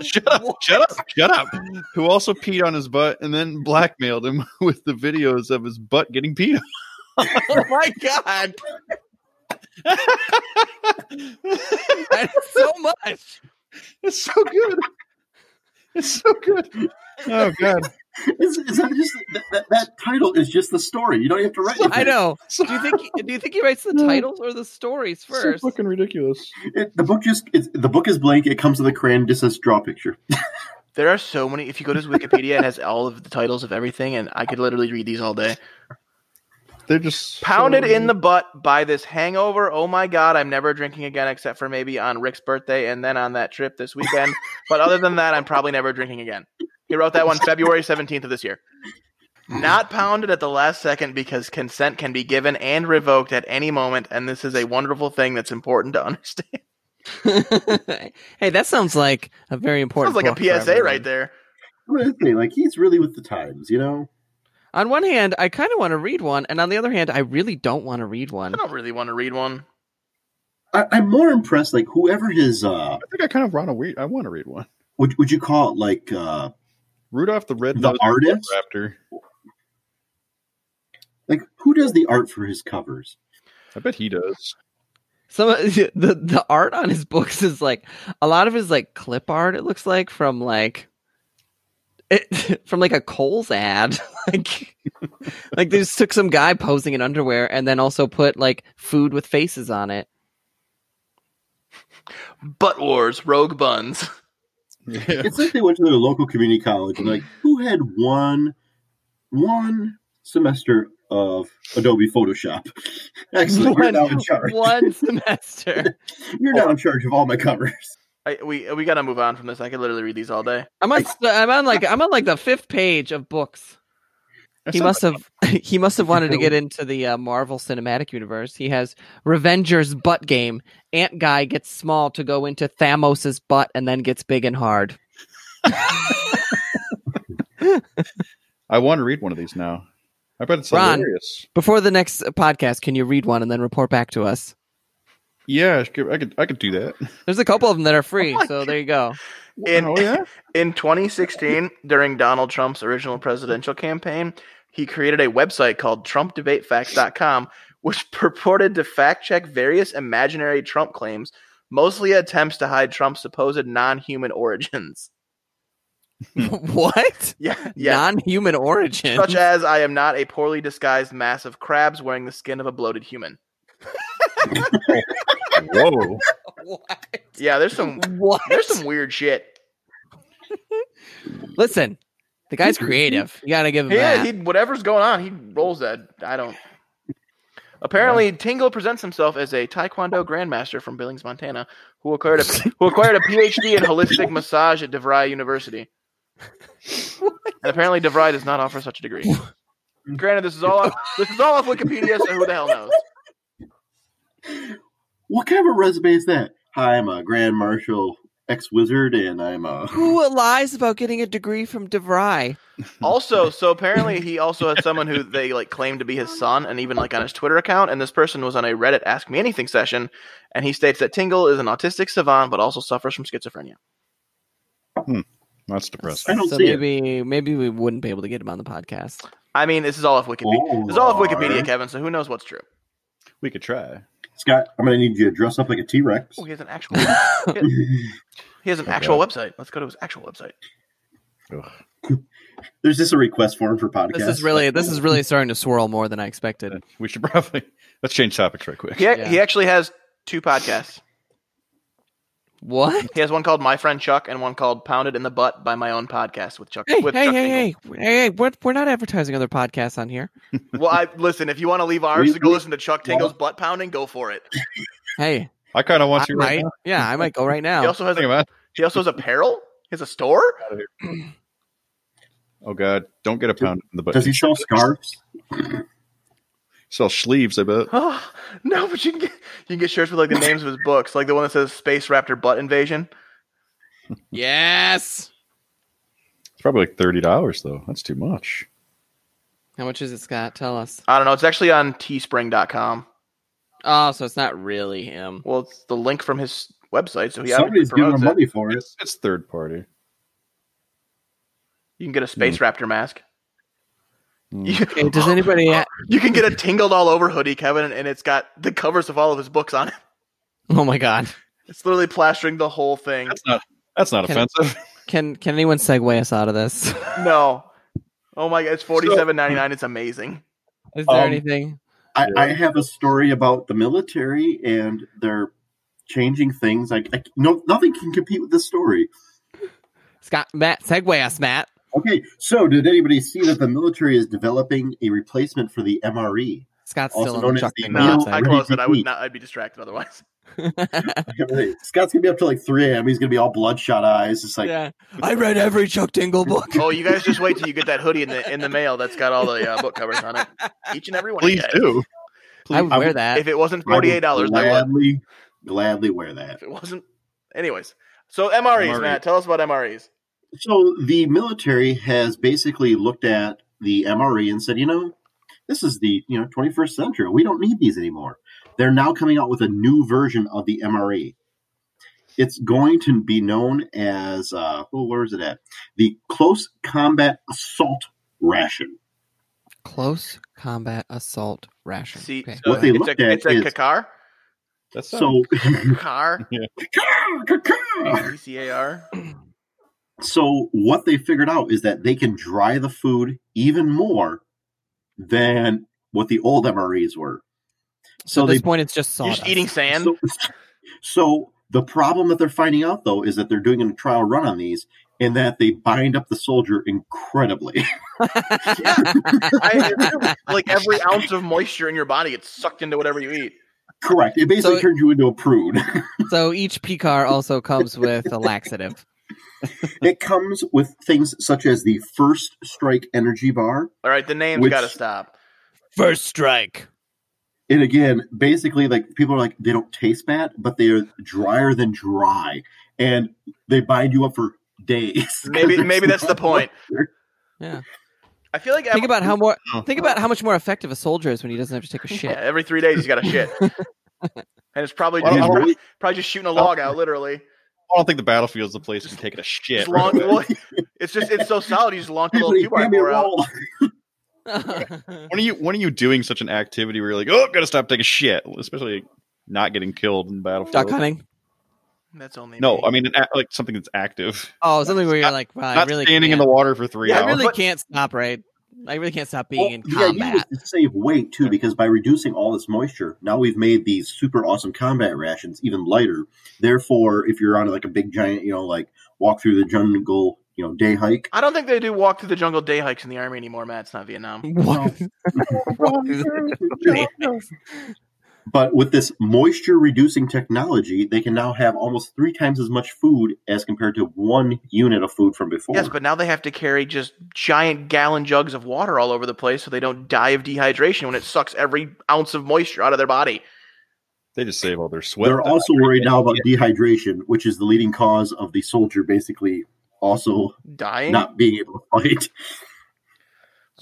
Speaker 2: shut up! Shut up! Shut up! Who also peed on his butt and then blackmailed him with the videos of his butt getting peed on.
Speaker 4: Oh my god! That's so much.
Speaker 2: It's so good. It's so good. Oh god!
Speaker 3: is, is that just that, that, that title is just the story. You don't have to write.
Speaker 4: I
Speaker 3: anything.
Speaker 4: know.
Speaker 2: So,
Speaker 4: Do you think he, do you think he writes the titles or the stories
Speaker 2: so
Speaker 4: first?
Speaker 2: fucking ridiculous.
Speaker 3: It, the book just it's, the book is blank. It comes with a crayon. Just says draw a picture.
Speaker 1: There are so many. If you go to his Wikipedia, it has all of the titles of everything, and I could literally read these all day.
Speaker 2: They're just
Speaker 1: Pounded
Speaker 2: so-
Speaker 1: in the butt by this hangover. Oh my god, I'm never drinking again except for maybe on Rick's birthday and then on that trip this weekend. but other than that, I'm probably never drinking again. He wrote that one February 17th of this year. Not pounded at the last second because consent can be given and revoked at any moment, and this is a wonderful thing that's important to understand.
Speaker 4: hey, that sounds like a very important.
Speaker 1: Sounds like a
Speaker 4: book for
Speaker 1: PSA right
Speaker 4: everyone.
Speaker 1: there.
Speaker 3: What is he? Like he's really with the times, you know.
Speaker 4: On one hand, I kind of want to read one, and on the other hand, I really don't want to read one.
Speaker 1: I don't really want to read one.
Speaker 3: I, I'm more impressed. Like whoever his uh,
Speaker 2: I think I kind of want to read. I want to read one.
Speaker 3: would would you call it like uh,
Speaker 2: Rudolph the Red
Speaker 3: the artist?
Speaker 2: Raptor.
Speaker 3: Like who does the art for his covers?
Speaker 2: I bet he does.
Speaker 4: Some of- the the art on his books is like a lot of his like clip art. It looks like from like it from like a Coles ad. like like they just took some guy posing in underwear and then also put like food with faces on it.
Speaker 1: Butt Wars, Rogue Buns.
Speaker 2: Yeah.
Speaker 3: It's like they went to their local community college and like who had one one semester of Adobe Photoshop. Excellent. You're now in charge.
Speaker 4: one semester.
Speaker 3: You're now in charge of all my covers.
Speaker 1: I, we we gotta move on from this. I could literally read these all day.
Speaker 4: I'm on I'm on like I'm on like the fifth page of books. he must have he must have wanted to get into the uh, Marvel Cinematic Universe. He has Revenger's butt game. Ant guy gets small to go into Thanos' butt and then gets big and hard.
Speaker 2: I want to read one of these now. I bet it's
Speaker 4: Ron.
Speaker 2: hilarious.
Speaker 4: Before the next uh, podcast, can you read one and then report back to us?
Speaker 2: Yeah, I could, I could. I could do that.
Speaker 4: There's a couple of them that are free, so there you go.
Speaker 1: In-
Speaker 2: oh yeah.
Speaker 1: In 2016, during Donald Trump's original presidential campaign, he created a website called TrumpDebateFacts.com, which purported to fact check various imaginary Trump claims, mostly attempts to hide Trump's supposed non human origins.
Speaker 4: what?
Speaker 1: Yeah, Hmm. yeah.
Speaker 4: Non-human origin.
Speaker 1: Such as, I am not a poorly disguised mass of crabs wearing the skin of a bloated human.
Speaker 2: Whoa.
Speaker 4: what?
Speaker 1: Yeah, there's some
Speaker 4: What?
Speaker 1: there's some weird shit.
Speaker 4: Listen, the guy's creative. You gotta give him
Speaker 1: Yeah,
Speaker 4: that.
Speaker 1: he whatever's going on, he rolls that. I don't. Apparently, Tingle presents himself as a Taekwondo grandmaster from Billings, Montana, who acquired a who acquired a PhD in holistic massage at DeVry University. And apparently, DeVry does not offer such a degree. Granted, this is all off, this is all off Wikipedia, so who the hell knows?
Speaker 3: What kind of a resume is that? Hi, I'm a Grand Marshal ex wizard, and I'm a.
Speaker 4: Who lies about getting a degree from DeVry?
Speaker 1: Also, so apparently, he also had someone who they like claimed to be his son, and even like on his Twitter account. And this person was on a Reddit Ask Me Anything session, and he states that Tingle is an autistic savant, but also suffers from schizophrenia.
Speaker 2: That's
Speaker 3: I
Speaker 2: depressing.
Speaker 3: don't
Speaker 4: so
Speaker 3: see it.
Speaker 4: maybe maybe we wouldn't be able to get him on the podcast.
Speaker 1: I mean, this is all off Wikipedia. This is all off Wikipedia,
Speaker 3: Or-
Speaker 1: Kevin. So who knows what's true?
Speaker 2: We could try.
Speaker 3: Scott, I'm going to need you to dress up like a T Rex.
Speaker 1: Oh, he has an actual. he has an actual website. Let's go to his actual website.
Speaker 2: Ugh.
Speaker 3: There's just a request form for podcast.
Speaker 4: This is really this is really starting to swirl more than I expected.
Speaker 2: We should probably let's change topics right quick.
Speaker 1: He, ac- he
Speaker 4: Yeah.
Speaker 1: actually has two podcasts.
Speaker 4: What?
Speaker 1: He has one called My Friend Chuck and one called Pounded in the Butt by My Own Podcast with Chuck.
Speaker 4: Hey,
Speaker 1: with
Speaker 4: hey,
Speaker 1: Chuck
Speaker 4: hey,
Speaker 1: Tingle.
Speaker 4: hey, hey, hey, we're, we're not advertising other podcasts on here.
Speaker 1: Well, I listen. If you want to leave ours
Speaker 3: We-
Speaker 1: to go listen to Chuck Tingle's butt pounding, go for it.
Speaker 4: Hey,
Speaker 2: I kind of want
Speaker 4: I
Speaker 2: to right
Speaker 4: might,
Speaker 2: now.
Speaker 4: yeah, I might go right
Speaker 1: He
Speaker 4: now.
Speaker 1: also has
Speaker 2: Think
Speaker 1: a,
Speaker 2: about it.
Speaker 1: he also has apparel. He has a store.
Speaker 2: Oh god, don't get a pound in the butt.
Speaker 3: Does he sell scarves?
Speaker 2: Sell sleeves, I bet.
Speaker 1: Oh, no, but you can get you can get shirts with like the names of his books, like the one that says Space Raptor Butt Invasion.
Speaker 4: Yes.
Speaker 2: It's probably like thirty dollars though. That's too much.
Speaker 4: How much is it, Scott? Tell us.
Speaker 1: I don't know. It's actually on Teespring.com.
Speaker 4: Oh, so it's not really him.
Speaker 1: Well, it's the link from his website, so he obviously
Speaker 3: Somebody's giving
Speaker 1: promotes
Speaker 3: him
Speaker 1: it.
Speaker 3: money for it.
Speaker 2: It's, it's third party.
Speaker 1: You can get a Space Raptor mask.
Speaker 2: Mm.
Speaker 1: You,
Speaker 4: Okay, does anybody? Ha-
Speaker 1: you can get a tingled all over hoodie, Kevin, and it's got the covers of all of his books on it.
Speaker 4: oh my God!
Speaker 1: It's literally plastering the whole thing.
Speaker 2: That's not that's not
Speaker 4: Can-
Speaker 2: offensive.
Speaker 4: Can can anyone segue us out of this? Is
Speaker 1: No. Oh my god, it's forty seven ninety nine. It's amazing.
Speaker 4: there
Speaker 3: Um,
Speaker 4: anything?
Speaker 3: I, I have a story about the military and they're changing things. Like I, no, nothing can compete with this story.
Speaker 4: Scott, Matt, segue us, Matt.
Speaker 3: Okay, so did anybody see that the military is developing a replacement for the E? MRE?
Speaker 4: Scott's
Speaker 3: Also
Speaker 4: still
Speaker 3: known
Speaker 4: on
Speaker 3: as
Speaker 4: the Chuck
Speaker 3: the
Speaker 4: Tingle
Speaker 1: No,
Speaker 3: Mills-
Speaker 1: I
Speaker 4: website.
Speaker 1: closed it. I would not. I'd be distracted otherwise.
Speaker 3: Right. Scott's gonna be up till like three a.m. He's gonna be all bloodshot eyes. It's like
Speaker 4: yeah, I read every Chuck Tingle book.
Speaker 1: Oh, you guys just wait till you get that hoodie in the in the mail that's got all the uh, book covers on it. Each and every one. of you
Speaker 2: Please
Speaker 1: guys.
Speaker 2: do.
Speaker 4: I would
Speaker 3: I
Speaker 4: wear
Speaker 3: would-
Speaker 4: that.
Speaker 1: If it wasn't
Speaker 3: I would
Speaker 1: forty eight dollars, I would.
Speaker 3: gladly, gladly wear that.
Speaker 1: If it wasn't, anyways. So MREs,
Speaker 2: MRE.
Speaker 1: Matt, tell us about MREs.
Speaker 3: So the military has basically looked at the MRE and said, you know, this is the you know 21st century. We don't need these anymore. They're now coming out with a new version of the MRE. It's going to be known as uh, oh, where is it at? The Close Combat Assault Ration.
Speaker 4: Close combat assault ration.
Speaker 1: See,
Speaker 4: Okay.
Speaker 1: so
Speaker 3: What they
Speaker 1: it's
Speaker 3: looked
Speaker 1: a
Speaker 3: at
Speaker 1: it's a
Speaker 3: is-
Speaker 1: kakar.
Speaker 2: That's
Speaker 3: So
Speaker 1: Car. C-A-R.
Speaker 3: So what they figured out is that they can dry the food even more than what the old MREs were. So
Speaker 4: so at
Speaker 3: they
Speaker 4: this point, it's just
Speaker 1: You're
Speaker 4: sawdust.
Speaker 1: just eating sand.
Speaker 3: so, so the problem that they're finding out though is that they're doing a trial run on these and that they bind up the soldier incredibly.
Speaker 1: I, like every ounce of moisture in your body gets sucked into whatever you eat.
Speaker 3: Correct. It basically
Speaker 4: So-
Speaker 3: turns you into a prude.
Speaker 4: so each Picar also comes with a laxative.
Speaker 3: it comes with things such as the first strike energy bar.
Speaker 1: All right, the name's
Speaker 3: Which-
Speaker 1: got to stop.
Speaker 4: First strike.
Speaker 3: And again, basically, like people are like they don't taste bad, but they are drier than dry, and they bind you up for days.
Speaker 1: Maybe maybe that's the point.
Speaker 4: Yeah.
Speaker 1: I feel like
Speaker 4: Think
Speaker 1: every,
Speaker 4: about how more.
Speaker 2: Oh.
Speaker 4: Think about how much more effective a soldier is when he doesn't have to take a
Speaker 1: yeah,
Speaker 4: shit.
Speaker 1: every three days he's got a shit, and it's probably
Speaker 2: Well,
Speaker 1: it's
Speaker 2: I don't-
Speaker 1: probably, probably just shooting a log out, literally.
Speaker 2: I don't think the battlefield's the place to take a shit.
Speaker 1: Just launch, well, it's just it's so solid. You just launch a little
Speaker 3: Everybody,
Speaker 1: two by
Speaker 3: hand me a
Speaker 1: four out.
Speaker 3: roll.
Speaker 2: When are you when are you doing such an activity where you're like, oh, gotta stop taking shit, especially not getting killed in
Speaker 4: Duck
Speaker 2: Battlefield?
Speaker 4: hunting.
Speaker 1: That's only
Speaker 2: No,
Speaker 1: me.
Speaker 2: I mean an, act- like something that's active,
Speaker 4: Oh, something where you're
Speaker 2: Not-
Speaker 4: like, wow, I
Speaker 2: not
Speaker 4: really
Speaker 2: standing in
Speaker 4: can't.
Speaker 2: the water for three
Speaker 1: Yeah,
Speaker 4: I
Speaker 2: hours.
Speaker 4: really
Speaker 1: But-
Speaker 4: can't stop. Right? I really can't stop being
Speaker 3: Well,
Speaker 4: in
Speaker 3: Oh, yeah, you need
Speaker 4: combat.
Speaker 3: to save weight too, because by reducing all this moisture, now we've made these super awesome combat rations even lighter. Therefore, if you're on like a big giant, you know, like walk through the jungle, you know, day hike.
Speaker 1: I don't think they do walk through the jungle day hikes in the army anymore. Matt, it's not Vietnam.
Speaker 4: What?
Speaker 3: But with this moisture reducing technology, they can now have almost three times as much food as compared to one unit of food from before.
Speaker 1: Yes, but now they have to carry just giant gallon jugs of water all over the place so they don't die of dehydration when it sucks every ounce of moisture out of their body.
Speaker 2: They just save all their sweat.
Speaker 3: They're also worried now about dehydration, which is the leading cause of the soldier basically also
Speaker 1: Dying?
Speaker 3: not being able to fight.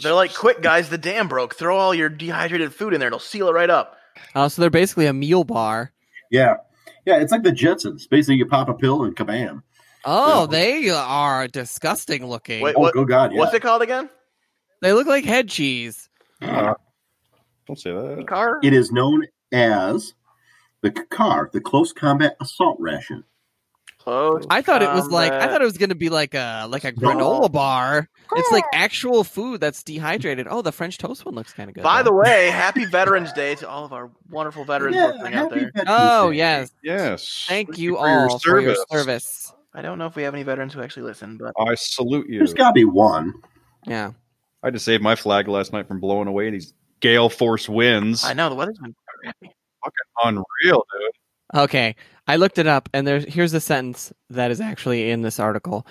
Speaker 1: They're like, quick, guys, the dam broke. Throw all your dehydrated food in there. It'll seal it right up.
Speaker 4: Oh, so they're basically a meal bar.
Speaker 3: Yeah. Yeah, it's like the Jetsons. Basically, you pop a pill and kabam.
Speaker 4: Oh,
Speaker 3: Yeah.
Speaker 4: they are disgusting looking.
Speaker 1: Wait,
Speaker 3: Oh,
Speaker 1: what-
Speaker 3: go God, yeah.
Speaker 1: What's it called again?
Speaker 4: They look like head cheese.
Speaker 2: Don't say that.
Speaker 1: Car?
Speaker 3: Uh-huh. It is known as the CAR, the Close Combat Assault Ration.
Speaker 1: Close.
Speaker 4: I thought it was like I
Speaker 1: combat.
Speaker 4: thought it was gonna be like a like a
Speaker 3: No.
Speaker 4: granola bar. It's like actual food that's dehydrated. Oh, the French toast one looks kind of good.
Speaker 1: By
Speaker 4: though.
Speaker 1: the way, happy Veterans Day to all of our wonderful veterans listening out there.
Speaker 3: Veterans
Speaker 4: oh
Speaker 3: Day.
Speaker 4: yes,
Speaker 2: Yes.
Speaker 4: thank, you,
Speaker 2: for your
Speaker 4: all for your service.
Speaker 1: I don't know if we have any veterans who actually listen, but
Speaker 2: I salute you.
Speaker 3: There's got to be one.
Speaker 4: Yeah,
Speaker 2: I had to save my flag last night from blowing away these gale force winds.
Speaker 1: I know the weather's been
Speaker 2: Unreal, dude.
Speaker 4: Okay, I looked it up, and there's here's a sentence that is actually in this article,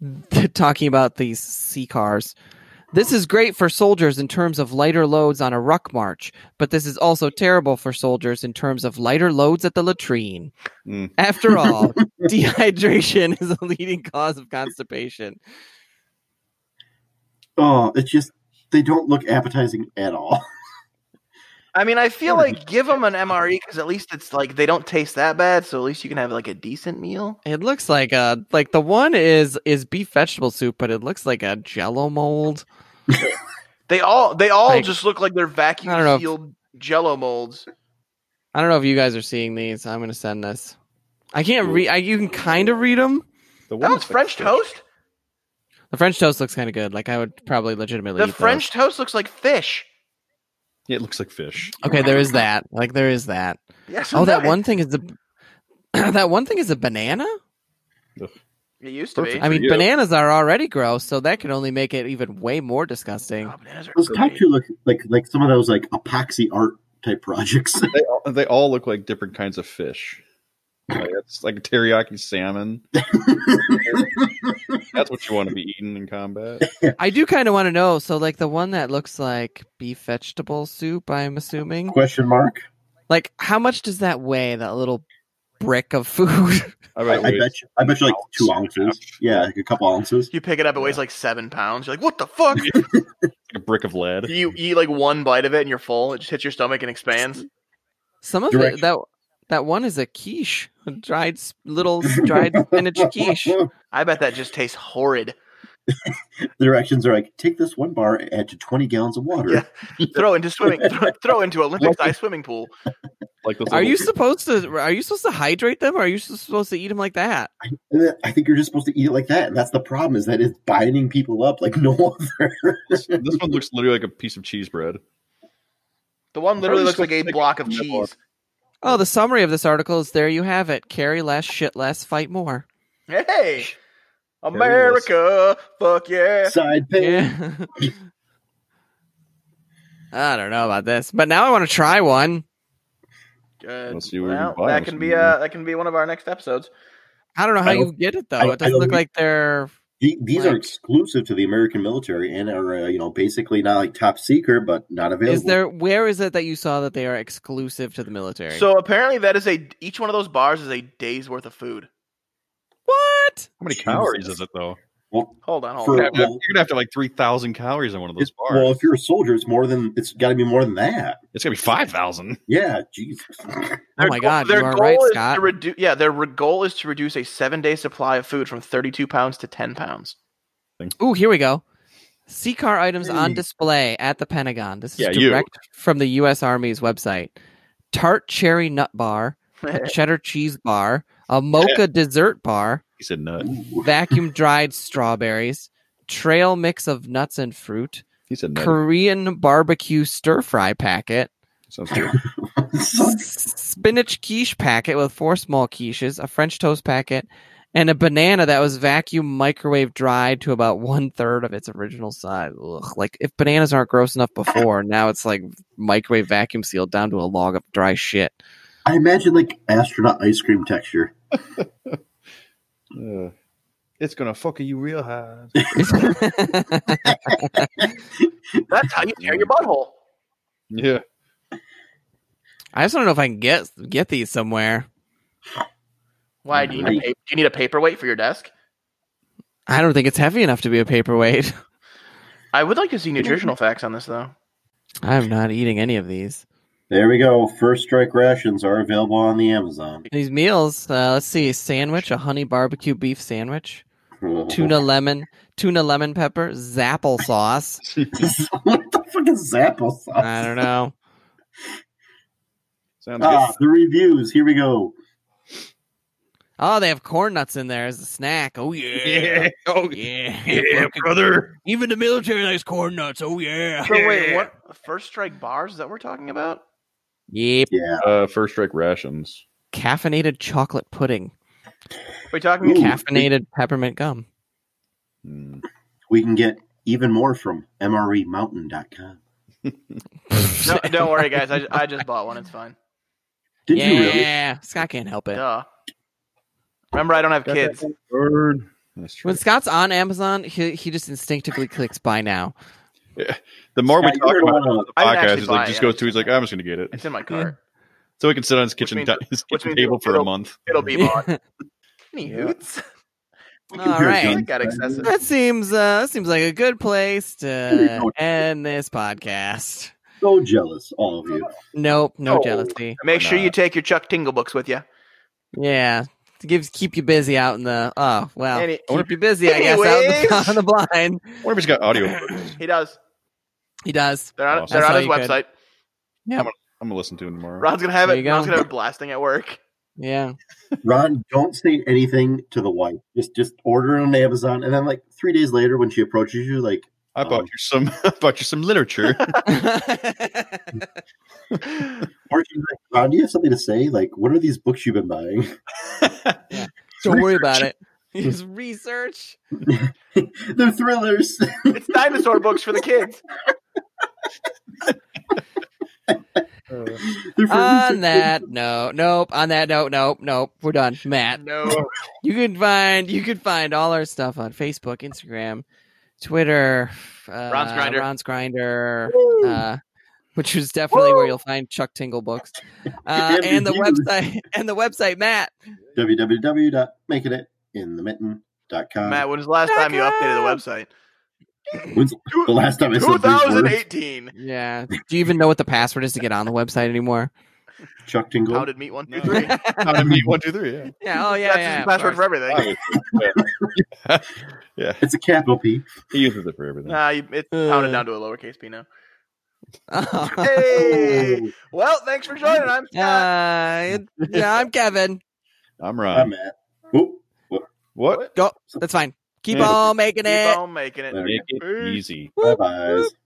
Speaker 4: talking about these sea cars. This is great for soldiers in terms of lighter loads on a ruck march, but this is also terrible for soldiers in terms of lighter loads at the latrine.
Speaker 2: Mm.
Speaker 4: After all, dehydration is a leading cause of constipation.
Speaker 3: Oh, it's just, they don't look appetizing at all.
Speaker 1: I mean, I feel like give them an MRE because at least it's like they don't taste that bad, so at least you can have like a decent meal.
Speaker 4: It looks like uh like the one is is beef vegetable soup, but it looks like a jello mold.
Speaker 1: They all they all
Speaker 4: Like-
Speaker 1: just look like they're
Speaker 4: I don't
Speaker 1: vacuum
Speaker 4: know if-
Speaker 1: sealed Jello molds.
Speaker 4: I don't know if you guys are seeing these. I'm gonna send this. I can't read. I, you can kind of read them.
Speaker 2: The
Speaker 1: That
Speaker 2: one
Speaker 1: was
Speaker 2: that's
Speaker 1: French
Speaker 2: like-
Speaker 1: toast.
Speaker 4: The French toast looks kind of good. Like I would probably legitimately.
Speaker 1: The
Speaker 4: eat those.
Speaker 1: French toast looks like fish.
Speaker 2: It looks like fish.
Speaker 4: Okay, there is that. Like there is that.
Speaker 1: Yes.
Speaker 4: Oh, that one thing is the. that one thing is a banana.
Speaker 1: It used to be.
Speaker 2: Perfect.
Speaker 4: I mean,
Speaker 2: you.
Speaker 4: bananas are already gross, so that can only make it even way more disgusting.
Speaker 1: Oh, bananas are
Speaker 3: Those type
Speaker 1: great.
Speaker 3: 2 look like, like some of those like epoxy art type projects.
Speaker 2: They all, they all look like different kinds of fish. Like, it's like teriyaki salmon. That's what you want to be eating in combat.
Speaker 4: I do kind of want to know. So, like the one that looks like beef vegetable soup, I'm assuming.
Speaker 3: Question mark?
Speaker 4: Like, how much does that weigh? That little brick of food.
Speaker 2: I
Speaker 3: I,
Speaker 2: bet.
Speaker 3: I
Speaker 2: it
Speaker 3: bet
Speaker 2: weighs-
Speaker 3: you, I bet you like two ounces. Yeah, like a couple ounces.
Speaker 1: You pick it up, it weighs like seven pounds. You're like, what the fuck?
Speaker 2: like a brick of lead.
Speaker 1: you eat like one bite of it and you're full. It just hits your stomach and expands.
Speaker 4: Some of it
Speaker 3: Direction.
Speaker 4: that that one is a quiche, a dried s- little dried spinach quiche.
Speaker 1: I bet that just tastes horrid.
Speaker 3: the directions are like take this one bar and add to 20 gallons of water
Speaker 1: Yeah. Throw into swimming. Throw, throw into Olympic sized swimming pool.
Speaker 2: Like those
Speaker 4: Are
Speaker 2: little-
Speaker 4: you supposed to? Are you supposed to hydrate them? Or are you s- supposed to eat them like that?
Speaker 3: and then i think you're just supposed to eat it like that and that's the problem is that it's binding people up like no other
Speaker 2: This, this one looks literally like a piece of cheese bread.
Speaker 1: The one
Speaker 2: Probably
Speaker 1: literally looks like a
Speaker 2: just like-
Speaker 1: block of cheese.
Speaker 4: Oh, the summary of this article is there. You have it. Carry less, shit less, fight more.
Speaker 1: Hey, America, fuck yeah!
Speaker 3: side pay
Speaker 4: Yeah. I don't know about this, but now I want to try one.
Speaker 1: Uh,
Speaker 2: Let's see where we can
Speaker 1: well,
Speaker 2: buy
Speaker 1: that
Speaker 2: this
Speaker 1: can
Speaker 2: from
Speaker 1: be
Speaker 2: here.
Speaker 1: uh, that can be one of our next episodes.
Speaker 4: I don't know how
Speaker 3: I
Speaker 4: you get it
Speaker 3: I
Speaker 4: though.
Speaker 3: don't-
Speaker 4: It
Speaker 3: I
Speaker 4: doesn't
Speaker 3: don't
Speaker 4: look
Speaker 3: think-
Speaker 4: like they're.
Speaker 3: The- these are
Speaker 4: Like-
Speaker 3: exclusive to the american military and are uh, you know basically not like top secret but not available
Speaker 4: Is there? Where is it that you saw that they are exclusive to the military?
Speaker 1: So apparently, that is a each one of those bars is a day's worth of food.
Speaker 4: what?
Speaker 2: How many calories is it though?
Speaker 3: well,
Speaker 1: Hold on, hold
Speaker 3: For-
Speaker 2: You're
Speaker 1: on.
Speaker 2: gonna have, to- you're gonna have to have, like three thousand calories in one of those
Speaker 3: it's-
Speaker 2: bars.
Speaker 3: well if you're a soldier it's more than it's got to be more than that
Speaker 2: it's gonna be five thousand.
Speaker 3: yeah jesus
Speaker 4: Oh my God, you are right,
Speaker 1: is
Speaker 4: Scott.
Speaker 1: to reduce. Yeah, their re- goal is to reduce a seven day supply of food from thirty two pounds to ten pounds.
Speaker 4: Ooh, here we go. CCAR items on display at the Pentagon. This is
Speaker 2: Yeah, you.
Speaker 4: direct from the U.S. Army's website. Tart cherry nut bar, a cheddar cheese bar, a mocha dessert bar,
Speaker 2: He said nut.
Speaker 3: Ooh.
Speaker 4: vacuum dried strawberries, trail mix of nuts and fruit,
Speaker 2: He said nut.
Speaker 4: Korean barbecue stir fry packet,
Speaker 2: Sounds good.
Speaker 4: s- spinach quiche packet with four small quiches, a French toast packet, and a banana that was vacuum microwave dried to about one third of its original size. Ugh. Like if bananas aren't gross enough before, now it's like microwave vacuum sealed down to a log of dry shit.
Speaker 3: I imagine like astronaut ice cream texture.
Speaker 2: Uh, it's gonna fuck you real hard.
Speaker 1: That's how you tear your butthole.
Speaker 2: Yeah.
Speaker 4: I just don't know if I can get get these somewhere.
Speaker 1: Why do you need a, pa- do you need a paperweight for your desk?
Speaker 4: I don't think it's heavy enough to be a paperweight.
Speaker 1: I would like to see nutritional facts on this though.
Speaker 4: I'm not eating any of these.
Speaker 3: There we go. First strike rations are available on the Amazon.
Speaker 4: These meals, uh, let's see, sandwich, a honey barbecue beef sandwich, tuna lemon, tuna lemon pepper, zapple sauce.
Speaker 3: what the fuck is Zappos?
Speaker 4: I don't know.
Speaker 2: Sounds
Speaker 3: Ah, the reviews. Here we go.
Speaker 4: Oh, they have corn nuts in there as a snack. Oh yeah,
Speaker 2: good. Oh,
Speaker 4: yeah,
Speaker 2: yeah,
Speaker 4: Fucking-
Speaker 2: brother.
Speaker 4: Even the military likes corn nuts. Oh yeah.
Speaker 1: So wait, what first strike bars is that what we're talking about?
Speaker 4: Yep.
Speaker 3: Yeah.
Speaker 2: Uh, first strike rations.
Speaker 4: Caffeinated chocolate pudding,
Speaker 1: We're talking
Speaker 3: Ooh.
Speaker 4: caffeinated peppermint gum.
Speaker 2: Mm.
Speaker 3: We can get even more from E MREmountain.com.
Speaker 1: No, don't worry, guys. I, I just bought one. It's fine.
Speaker 3: Did
Speaker 4: yeah,
Speaker 3: you really?
Speaker 4: Scott can't help it.
Speaker 1: Duh. Remember, I don't have kids.
Speaker 2: Word. That's true.
Speaker 4: When Scott's on Amazon, he he just instinctively clicks buy now.
Speaker 2: The more we
Speaker 3: Yeah,
Speaker 2: talk
Speaker 3: you're
Speaker 2: about
Speaker 3: gonna-
Speaker 2: it on the
Speaker 1: I would
Speaker 2: podcast,
Speaker 1: actually
Speaker 2: he's
Speaker 1: buy
Speaker 2: like,
Speaker 1: it.
Speaker 2: just goes to. He's like, I'm just gonna get it,
Speaker 1: It's in my cart.
Speaker 2: so we can sit on his kitchen,
Speaker 1: means
Speaker 2: ti-
Speaker 1: it'll-
Speaker 2: his
Speaker 1: which
Speaker 2: kitchen
Speaker 1: means
Speaker 2: table for a
Speaker 1: it'll-
Speaker 2: month.
Speaker 1: It'll be bought. Anywho,
Speaker 4: All right.
Speaker 1: I got excessive.
Speaker 4: That seems uh, that seems like a good place to end this podcast.
Speaker 3: So jealous, all of you.
Speaker 4: Nope, no
Speaker 1: No.
Speaker 4: jealousy.
Speaker 1: Make sure
Speaker 2: Nah.
Speaker 1: you take your Chuck Tingle books with you.
Speaker 4: Yeah. To give, keep you busy out in the oh well
Speaker 1: Any-
Speaker 4: keep you busy I guess
Speaker 1: Anyways.
Speaker 4: out in the, on the blind.
Speaker 2: I wonder if he's got audio. I'm
Speaker 1: He does.
Speaker 4: He does.
Speaker 1: They're on,
Speaker 2: Awesome.
Speaker 1: they're on
Speaker 4: That's
Speaker 1: his
Speaker 4: all you
Speaker 1: website.
Speaker 2: gonna listen to him tomorrow.
Speaker 1: Ron's gonna have
Speaker 4: There
Speaker 1: it.
Speaker 4: you go.
Speaker 1: Ron's gonna have it blasting at work.
Speaker 4: Yeah.
Speaker 3: Ron, don't say anything to the wife. Just just order it on Amazon, and then like three days later, when she approaches you, like
Speaker 2: I bought
Speaker 3: Um,
Speaker 2: you some. I bought you some literature.
Speaker 3: Or she's like, Ron, do you have something to say? Like, what are these books you've been buying?
Speaker 4: Don't worry about it. Just research.
Speaker 3: They're thrillers.
Speaker 1: It's dinosaur books for the kids.
Speaker 3: They're for
Speaker 4: On
Speaker 3: research.
Speaker 4: that note, nope. On that note, nope, nope. We're done. Matt,
Speaker 1: No,
Speaker 4: you can find you can find all our stuff on Facebook, Instagram, Twitter, uh,
Speaker 1: Ron's Grinder.
Speaker 4: Ron's Grinder,
Speaker 3: Woo!
Speaker 4: uh, which is definitely where
Speaker 1: Woo!
Speaker 4: you'll find Chuck Tingle books, uh,
Speaker 3: And
Speaker 4: and the
Speaker 3: reviews.
Speaker 4: website and the website. Matt,
Speaker 3: www.makingitinthe.mitten.com.
Speaker 1: Matt. When was the last time you updated the website?
Speaker 3: When's the last time I said these words?
Speaker 1: 2018.
Speaker 4: yeah. Do you even know what the password is to get on the website anymore?
Speaker 3: Chuck Tingle.
Speaker 1: How did meet one two
Speaker 2: No.
Speaker 1: three?
Speaker 2: How to meet one, two, three. Yeah.
Speaker 4: Yeah. Oh yeah.
Speaker 1: That's
Speaker 4: yeah,
Speaker 1: his
Speaker 4: of
Speaker 1: password
Speaker 4: course.
Speaker 1: for everything.
Speaker 2: Yeah. yeah.
Speaker 3: it's a capital P.
Speaker 2: He uses it for everything.
Speaker 1: Nah, you, it's
Speaker 4: Uh. Oh.
Speaker 1: pounded down to a lowercase p now. Hey, well, thanks for joining. I'm Scott.
Speaker 4: Uh, yeah, I'm Kevin.
Speaker 2: I'm
Speaker 3: I'm
Speaker 2: Ron.
Speaker 3: Matt. Oop.
Speaker 2: What?
Speaker 4: Go. That's fine. Keep
Speaker 2: Yeah.
Speaker 4: on making
Speaker 1: Keep
Speaker 4: it.
Speaker 1: on making it.
Speaker 3: There we
Speaker 2: Make it easy.
Speaker 3: go. Bye-bye.